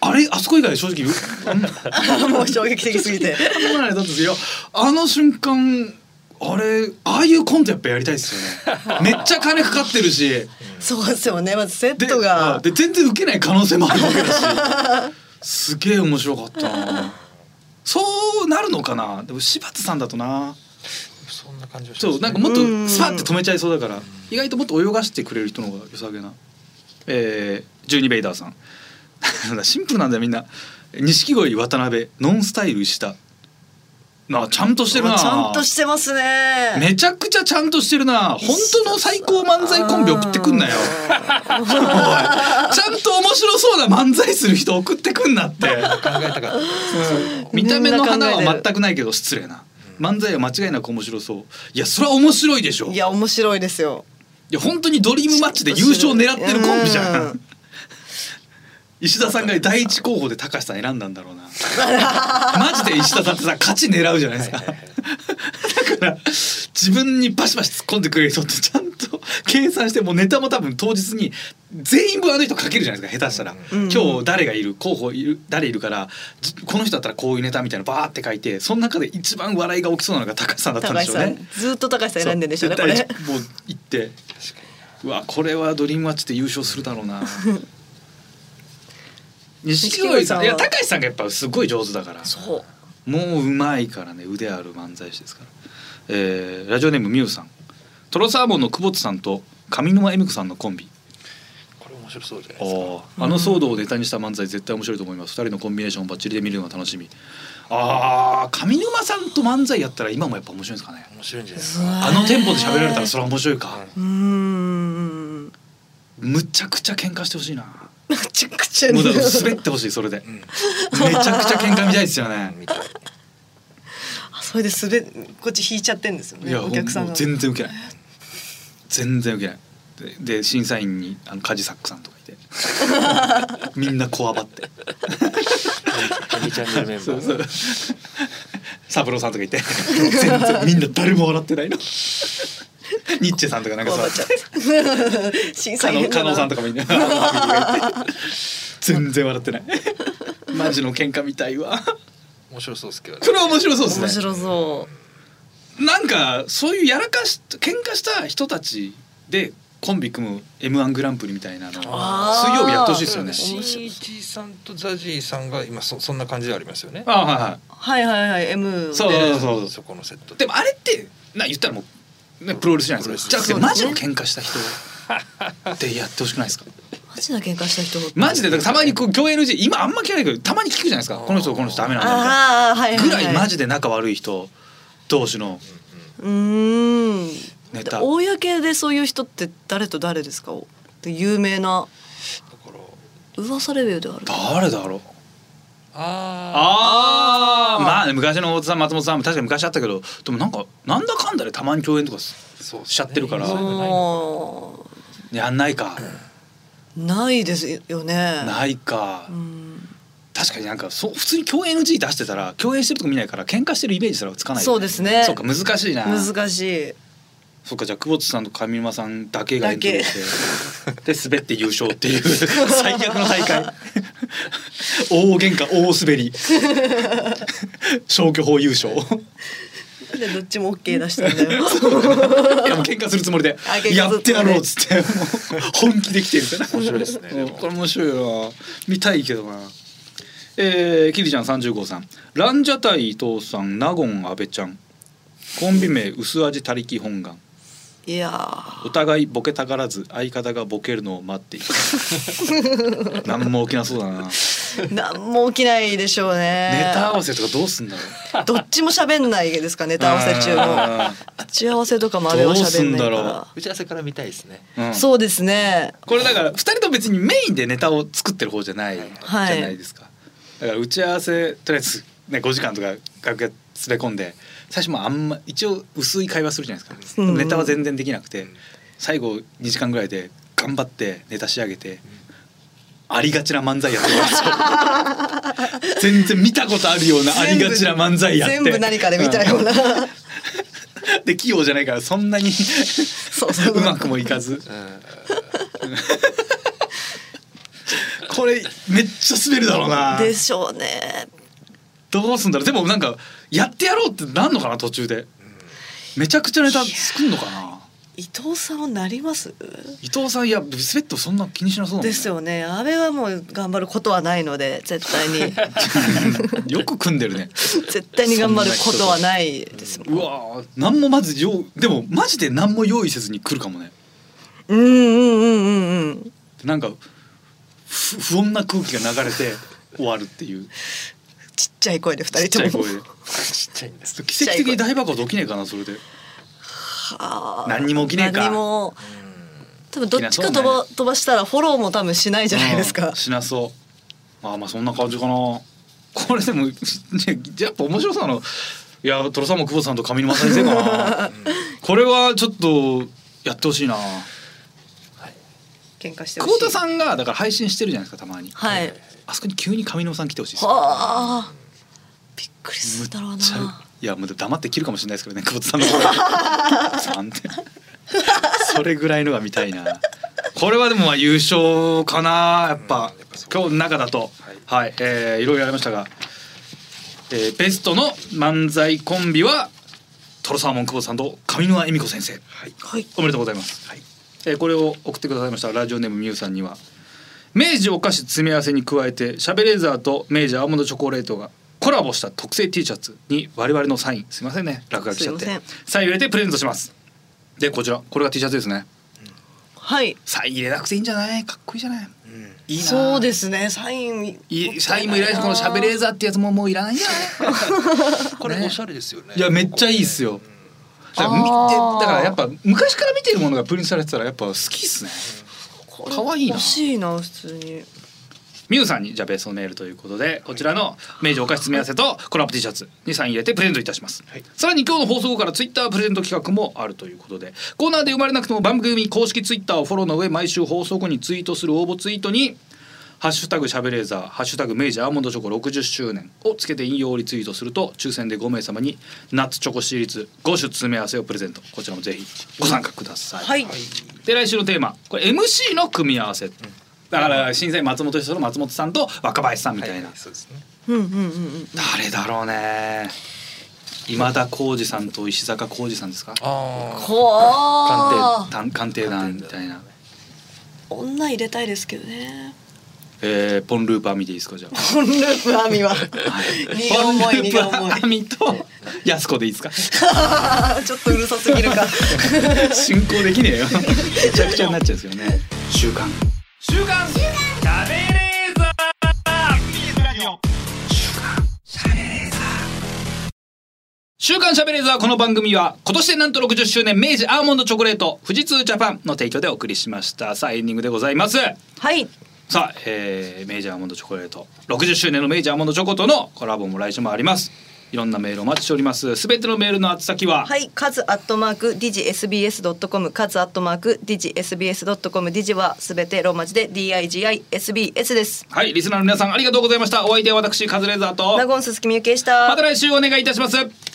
Speaker 2: あれあそこ以外正直あんま
Speaker 3: もう衝撃的すぎ て
Speaker 2: そんなのだったんですよあの瞬間あれああいうコントやっぱやりたいですよね めっちゃ金かかってるし
Speaker 3: そうですよねまずセッ
Speaker 2: で
Speaker 3: ト
Speaker 2: あ
Speaker 3: が
Speaker 2: で全然受けない可能性もあるわけだしすげえ面白かったなそうなるのかなでも柴田さんだとな
Speaker 4: そんな感じがします
Speaker 2: そ
Speaker 4: ね
Speaker 2: うなんかもっと
Speaker 3: うん
Speaker 2: スパッて止めちゃいそうだから意外ともっと泳がしてくれる人の方が良さげなえー、12ベイダーさん シンプルなんだよみんな錦鯉渡辺ノンスタイルしたなあちゃんとしてるな
Speaker 3: ちゃんとしてますね。
Speaker 2: めちゃくちゃちゃんとしてるな本当の最高漫才コンビ送ってくんなよおいちゃんと面白そうな漫才する人送ってくんなって
Speaker 4: 考えたかった
Speaker 2: 見た目の花
Speaker 3: みんな考え
Speaker 2: は
Speaker 3: て
Speaker 2: 全くないけど失礼な漫才は間違いなく面白そういやそれは面白いでしょ
Speaker 3: いや面白いですよ。
Speaker 2: いや本当にドリームマッチで優勝狙ってるコンビじゃ
Speaker 3: うん
Speaker 2: ん石田さんが第一候補で高橋さん選んだんだろうなマジで石田さんってさ勝ち狙うじゃないですかだから自分にバシバシ突っ込んでくれる人ってちゃんと計算してもうネタも多分当日に全員分あの人かけるじゃないですか下手したら、
Speaker 3: うん
Speaker 2: 今日誰がいる候補いる誰いるからじこの人だったらこういうネタみたいなのバーって書いてその中で一番笑いが起きそうなのが高橋さんだったん
Speaker 3: 高
Speaker 2: で
Speaker 3: 橋
Speaker 2: しょう
Speaker 3: さ
Speaker 2: ね
Speaker 3: んずっと高橋さん選んでんでしょうねこ
Speaker 2: そう
Speaker 3: れ
Speaker 2: 絶。対もう行ってうわこれはドリームマッチで優勝するだろう な錦鯉さんいや
Speaker 3: 錦鯉さんは
Speaker 2: 高橋さんがやっぱすごい上手だから
Speaker 3: そう。
Speaker 2: もううまいからね腕ある漫才師ですから、えーラジオネームみゆさんトロサーモンの久保田さんと上沼恵美子さんのコンビ
Speaker 4: これ面白そうじゃないですか
Speaker 2: あああの騒動をネタにした漫才絶対面白いと思います二人のコンビネーションをバッチリで見るのが楽しみああ上沼さんと漫才やったら今もやっぱ面白いんですかね
Speaker 4: 面白いんじゃないです
Speaker 3: う
Speaker 4: か
Speaker 3: わ
Speaker 2: あのテンポで喋られたらそれは面白いか、
Speaker 3: うーん。め
Speaker 2: むちゃくちゃ喧嘩してほしいな。も
Speaker 3: ちゃくちゃ。
Speaker 2: うだから滑ってほしいそれで。
Speaker 4: う
Speaker 2: め
Speaker 4: ん
Speaker 2: ちゃくちゃ喧嘩みたいですよね。
Speaker 4: 見たい
Speaker 3: あそれで滑こっち引いちゃってんですよ
Speaker 2: い
Speaker 3: ね。
Speaker 2: や
Speaker 3: お客さん
Speaker 2: も
Speaker 3: が
Speaker 2: う。全然受けない。全然受けない。でで審査員にあのカジサックさんとかい てみんなこわばって
Speaker 4: ミチャンネルメンバ
Speaker 2: そう
Speaker 4: ー
Speaker 2: そうサブローさんとかいて全然みんな誰も笑ってないのニッチェさんとかなんか
Speaker 3: こう
Speaker 2: さ
Speaker 3: なっちゃう審査
Speaker 2: 加納
Speaker 3: 員
Speaker 2: 加納さんと
Speaker 3: か。
Speaker 2: かみんな 全然笑ってないマジの喧嘩みたいわ
Speaker 4: 面白そうですけどね
Speaker 2: それは面白そうですね
Speaker 3: 面白そ
Speaker 2: なんかそういうやらかし喧嘩した人たちでコンビ組む M1 グランプリみたいなの水
Speaker 3: あー
Speaker 2: 曜日やってほしいですよね。
Speaker 3: 面白い
Speaker 4: 新一さんとザジーさんが今そそんな感じでありますよね
Speaker 2: あはいは
Speaker 3: う。はいはいはい M を。
Speaker 2: そうそうそう
Speaker 4: そこのセット
Speaker 2: い。でもあれってな言ったらもう、ね、プロレスじゃないですか。じゃなくて
Speaker 3: プロレ
Speaker 2: マ
Speaker 3: ス
Speaker 2: ジの喧嘩した人でやってほしくないですか。
Speaker 3: マジな喧嘩した人。
Speaker 2: マジでだからたまにこう共演 NG 今あんま聞かないけどたまに聞くじゃないですか。この人とこの人ダメなんだみたいな
Speaker 3: ああはいはい
Speaker 2: ぐ
Speaker 3: は
Speaker 2: ら
Speaker 3: い。
Speaker 2: いマジで仲悪い人同士の
Speaker 3: うーん。
Speaker 2: ネタ。
Speaker 3: 公でそういう人って誰と誰ですか。で有名な
Speaker 4: だから
Speaker 3: 噂レベルではある。
Speaker 2: 誰だろう。
Speaker 4: あ
Speaker 2: ああまあね昔の大津さん松本さんも確かに昔あったけどでもなんかなんだかんだでたまに共演とかす
Speaker 4: あそう
Speaker 2: しちゃってるから
Speaker 4: そういうのないの
Speaker 3: も
Speaker 2: やんないか、
Speaker 3: うないですよね。。
Speaker 2: ないいか、
Speaker 3: うん。
Speaker 2: 確かになんかそう普通に共演 NG 出してたら共演してるとこ見ないから喧嘩してるイメージすらつかないよ
Speaker 3: そうですね
Speaker 2: そうか難しいな
Speaker 3: 難しい。
Speaker 2: そうかじゃあ久保田さんと上沼さんだけがエ
Speaker 3: だ
Speaker 2: ントリー
Speaker 3: け
Speaker 2: して で滑って優勝っていう 最悪の大会大喧嘩大滑り消去法優勝
Speaker 3: なんでどっちもオッケー出したんだよ。
Speaker 2: いやもう喧嘩するつもりで
Speaker 3: あ喧嘩するつもりで
Speaker 2: やってやろうっつってもう本気できてるみたいな
Speaker 4: 面白いですねでも
Speaker 2: こ れ面白いよな見たいけどなえー、キリちゃん30号さんランジャタイ伊藤さん納言阿部ちゃんコンビ名薄味他力本願
Speaker 3: いやー。
Speaker 2: お互いボケたがらず相方がボケるのを待ってい る何も起きなそうだなネ
Speaker 3: なんも起きないでしょうね。
Speaker 2: タ合わせとかどうすんだろう
Speaker 3: どっちも喋んないですかネタ合わせ中も。
Speaker 2: あ
Speaker 3: 打ち合わせとかもあれは喋んない
Speaker 2: どう
Speaker 3: か
Speaker 2: すんだろ
Speaker 3: ら。
Speaker 4: 打ち合わせから見たいですね
Speaker 2: ーうん
Speaker 3: そうですね。
Speaker 2: これだから2人とも別にメインでネタを作ってる方じゃない、
Speaker 3: はい
Speaker 2: じゃないですかだから打ち合わせとりあえず、ね、5時間とか楽屋詰め込んで最初もあんま一応薄い会話するじゃないですか、
Speaker 3: うん
Speaker 2: ネタは全然できなくて最後2時間ぐらいで頑張ってネタ仕上げて、ありがちな漫才やってるんで すよ全然見たことあるようなありがちな漫才やって
Speaker 3: 全部何かで見たような。
Speaker 2: うん で器用じゃないからそんなに
Speaker 3: そうそう
Speaker 2: うまくもいかずこれめっちゃ滑るだろうな
Speaker 3: でしょうね。
Speaker 2: どうすんだろうでもなんかやってやろうってなんのかな途中でめちゃくちゃネタ作んのかな
Speaker 3: 伊藤さんはなります
Speaker 2: 伊藤さんいやスベットそんな気にしなそうなんだ
Speaker 3: ですよね阿部はもう頑張ることはないので絶対 に
Speaker 2: よく組んでるね
Speaker 3: 絶対に頑張ることはないですもん
Speaker 2: うわー何もまず用でもマジで何も用意せずに来るかもね
Speaker 3: うんうんうんうんうん
Speaker 2: なんかふ不穏な空気が流れて終わるっていう
Speaker 3: ちっちゃい声で二
Speaker 2: ちっちゃ
Speaker 3: 人
Speaker 2: い
Speaker 3: とも
Speaker 2: 声で
Speaker 4: ちっちゃいんです。
Speaker 2: 奇跡的に大爆発起きねえかなそれで
Speaker 3: はあ
Speaker 2: 何にも起きねえか
Speaker 3: 何も多分どっちか
Speaker 2: 起きな
Speaker 3: 飛
Speaker 2: そう
Speaker 3: ば飛ばしたらフォローも多分しないじゃないです
Speaker 2: う
Speaker 3: か
Speaker 2: んしなそうあーまあそんな感じかなこれでも ねやっぱ面白さのいやトロさんも久保さんと上沼さんにせえか なこれはちょっとやってほしいな
Speaker 3: 喧嘩して
Speaker 2: 久
Speaker 3: ほしい
Speaker 2: 保田さんがだから配信してるじゃないですかたまに
Speaker 3: はいは
Speaker 2: あそこに急に上沼さん来てほしいです
Speaker 3: あびっくりするだろう
Speaker 2: めっち
Speaker 3: な
Speaker 2: ゃいやもう黙って切るかもしれないですけどね久保田さんの声久保田 さんってそれぐらいのが見たいなこれはでもまあ優勝かなやっぱ、
Speaker 4: うんやっぱそう
Speaker 2: 今日の中だとはい、いえーいろいろありましたが、えーベストの漫才コンビはトロサーモン久保田さんと上沼恵美子先生、はい、
Speaker 3: はい
Speaker 2: おめでとうございます、えーこれを送ってくださいましたラジオネームみゆさんには明治お菓子詰め合わせに加えてシャベレーザーと明治アーモンドチョコレートがコラボした特製 T シャツに我々のサインすいませんね落書きしちゃっ
Speaker 3: すいま
Speaker 2: て
Speaker 3: せ
Speaker 2: サイン入れてプレゼントしますでこちらこれが T シャツですね
Speaker 3: はい
Speaker 2: サイン入れなくていいんじゃないかっこいいじゃない
Speaker 4: うん。
Speaker 2: いいな
Speaker 3: そうですねサイン
Speaker 2: いサインもいらないしこのシャベレーザーってやつももういらないんじゃ ない
Speaker 4: これおしゃれですよね。
Speaker 2: いやめっちゃいいっすよだから見て
Speaker 3: あー
Speaker 2: だからやっぱ昔から見てるものがプリントされてたらやっぱ好きっすね
Speaker 3: これ
Speaker 2: かわいいな
Speaker 3: 欲しいな普通に
Speaker 2: ミュウさんにじゃあベースのメールということでこちらの明治お菓子詰め合わせとコラボ T シャツにサイン入れてプレゼントいたします、
Speaker 4: はい
Speaker 2: さらに今日の放送後からツイッタープレゼント企画もあるということでコーナーで生まれなくても番組公式ツイッターをフォローの上毎週放送後にツイートする応募ツイートに「ハッシュタグしゃべレーザー」「ハッシュタグ明治アーモンドチョコ60周年」をつけて引用リツイートすると抽選で5名様にナッツチョコシリーズ5種詰め合わせをプレゼントこちらもぜひご参加ください、
Speaker 3: はい
Speaker 2: で来週のテーマこれ MC の組み合わせ、だから審査員松本人志の松本さんと若林さんみたいな、
Speaker 4: はいそうですね。
Speaker 3: うんうんうんうん
Speaker 2: 誰だろうね今田耕司さんと石坂浩二さんですか
Speaker 4: あ
Speaker 2: 鑑
Speaker 3: こ
Speaker 2: 定探鑑定団みたいな、
Speaker 3: う女入れたいですけどね
Speaker 2: えー、ポンループ編みでいいですかじゃあ
Speaker 3: ポンループ編みは 荷が
Speaker 2: ポンル
Speaker 3: 重い荷が
Speaker 2: ー
Speaker 3: 重い
Speaker 2: プ編みと安子でいいですか
Speaker 3: あーちょっとうるさすぎるか
Speaker 2: 進行できねえよめちゃくちゃになっちゃうんですよね週刊週刊週刊週刊しゃべれーザーこの番組は今年でなんと60周年明治アーモンドチョコレート富士通ジャパンの提供でお送りしましたさあエンディングでございます
Speaker 3: はい
Speaker 2: さあ、えー、明治アーモンドチョコレート60周年の明治アーモンドチョコとのコラボも来週もありますいろんなメールお待ちしておりますすべてのメールの宛先は、
Speaker 3: はい、カズアットマークディジ SBS ドットコム、カズアットマークディジ SBS ドットコム、ディジはすべてローマ字で D I G I S B S です。
Speaker 2: はい、リスナーの皆さんありがとうございました。お相手は私、カズレーザーと、
Speaker 3: ナゴン鈴木みゆきでした。
Speaker 2: また来週お願いいたします。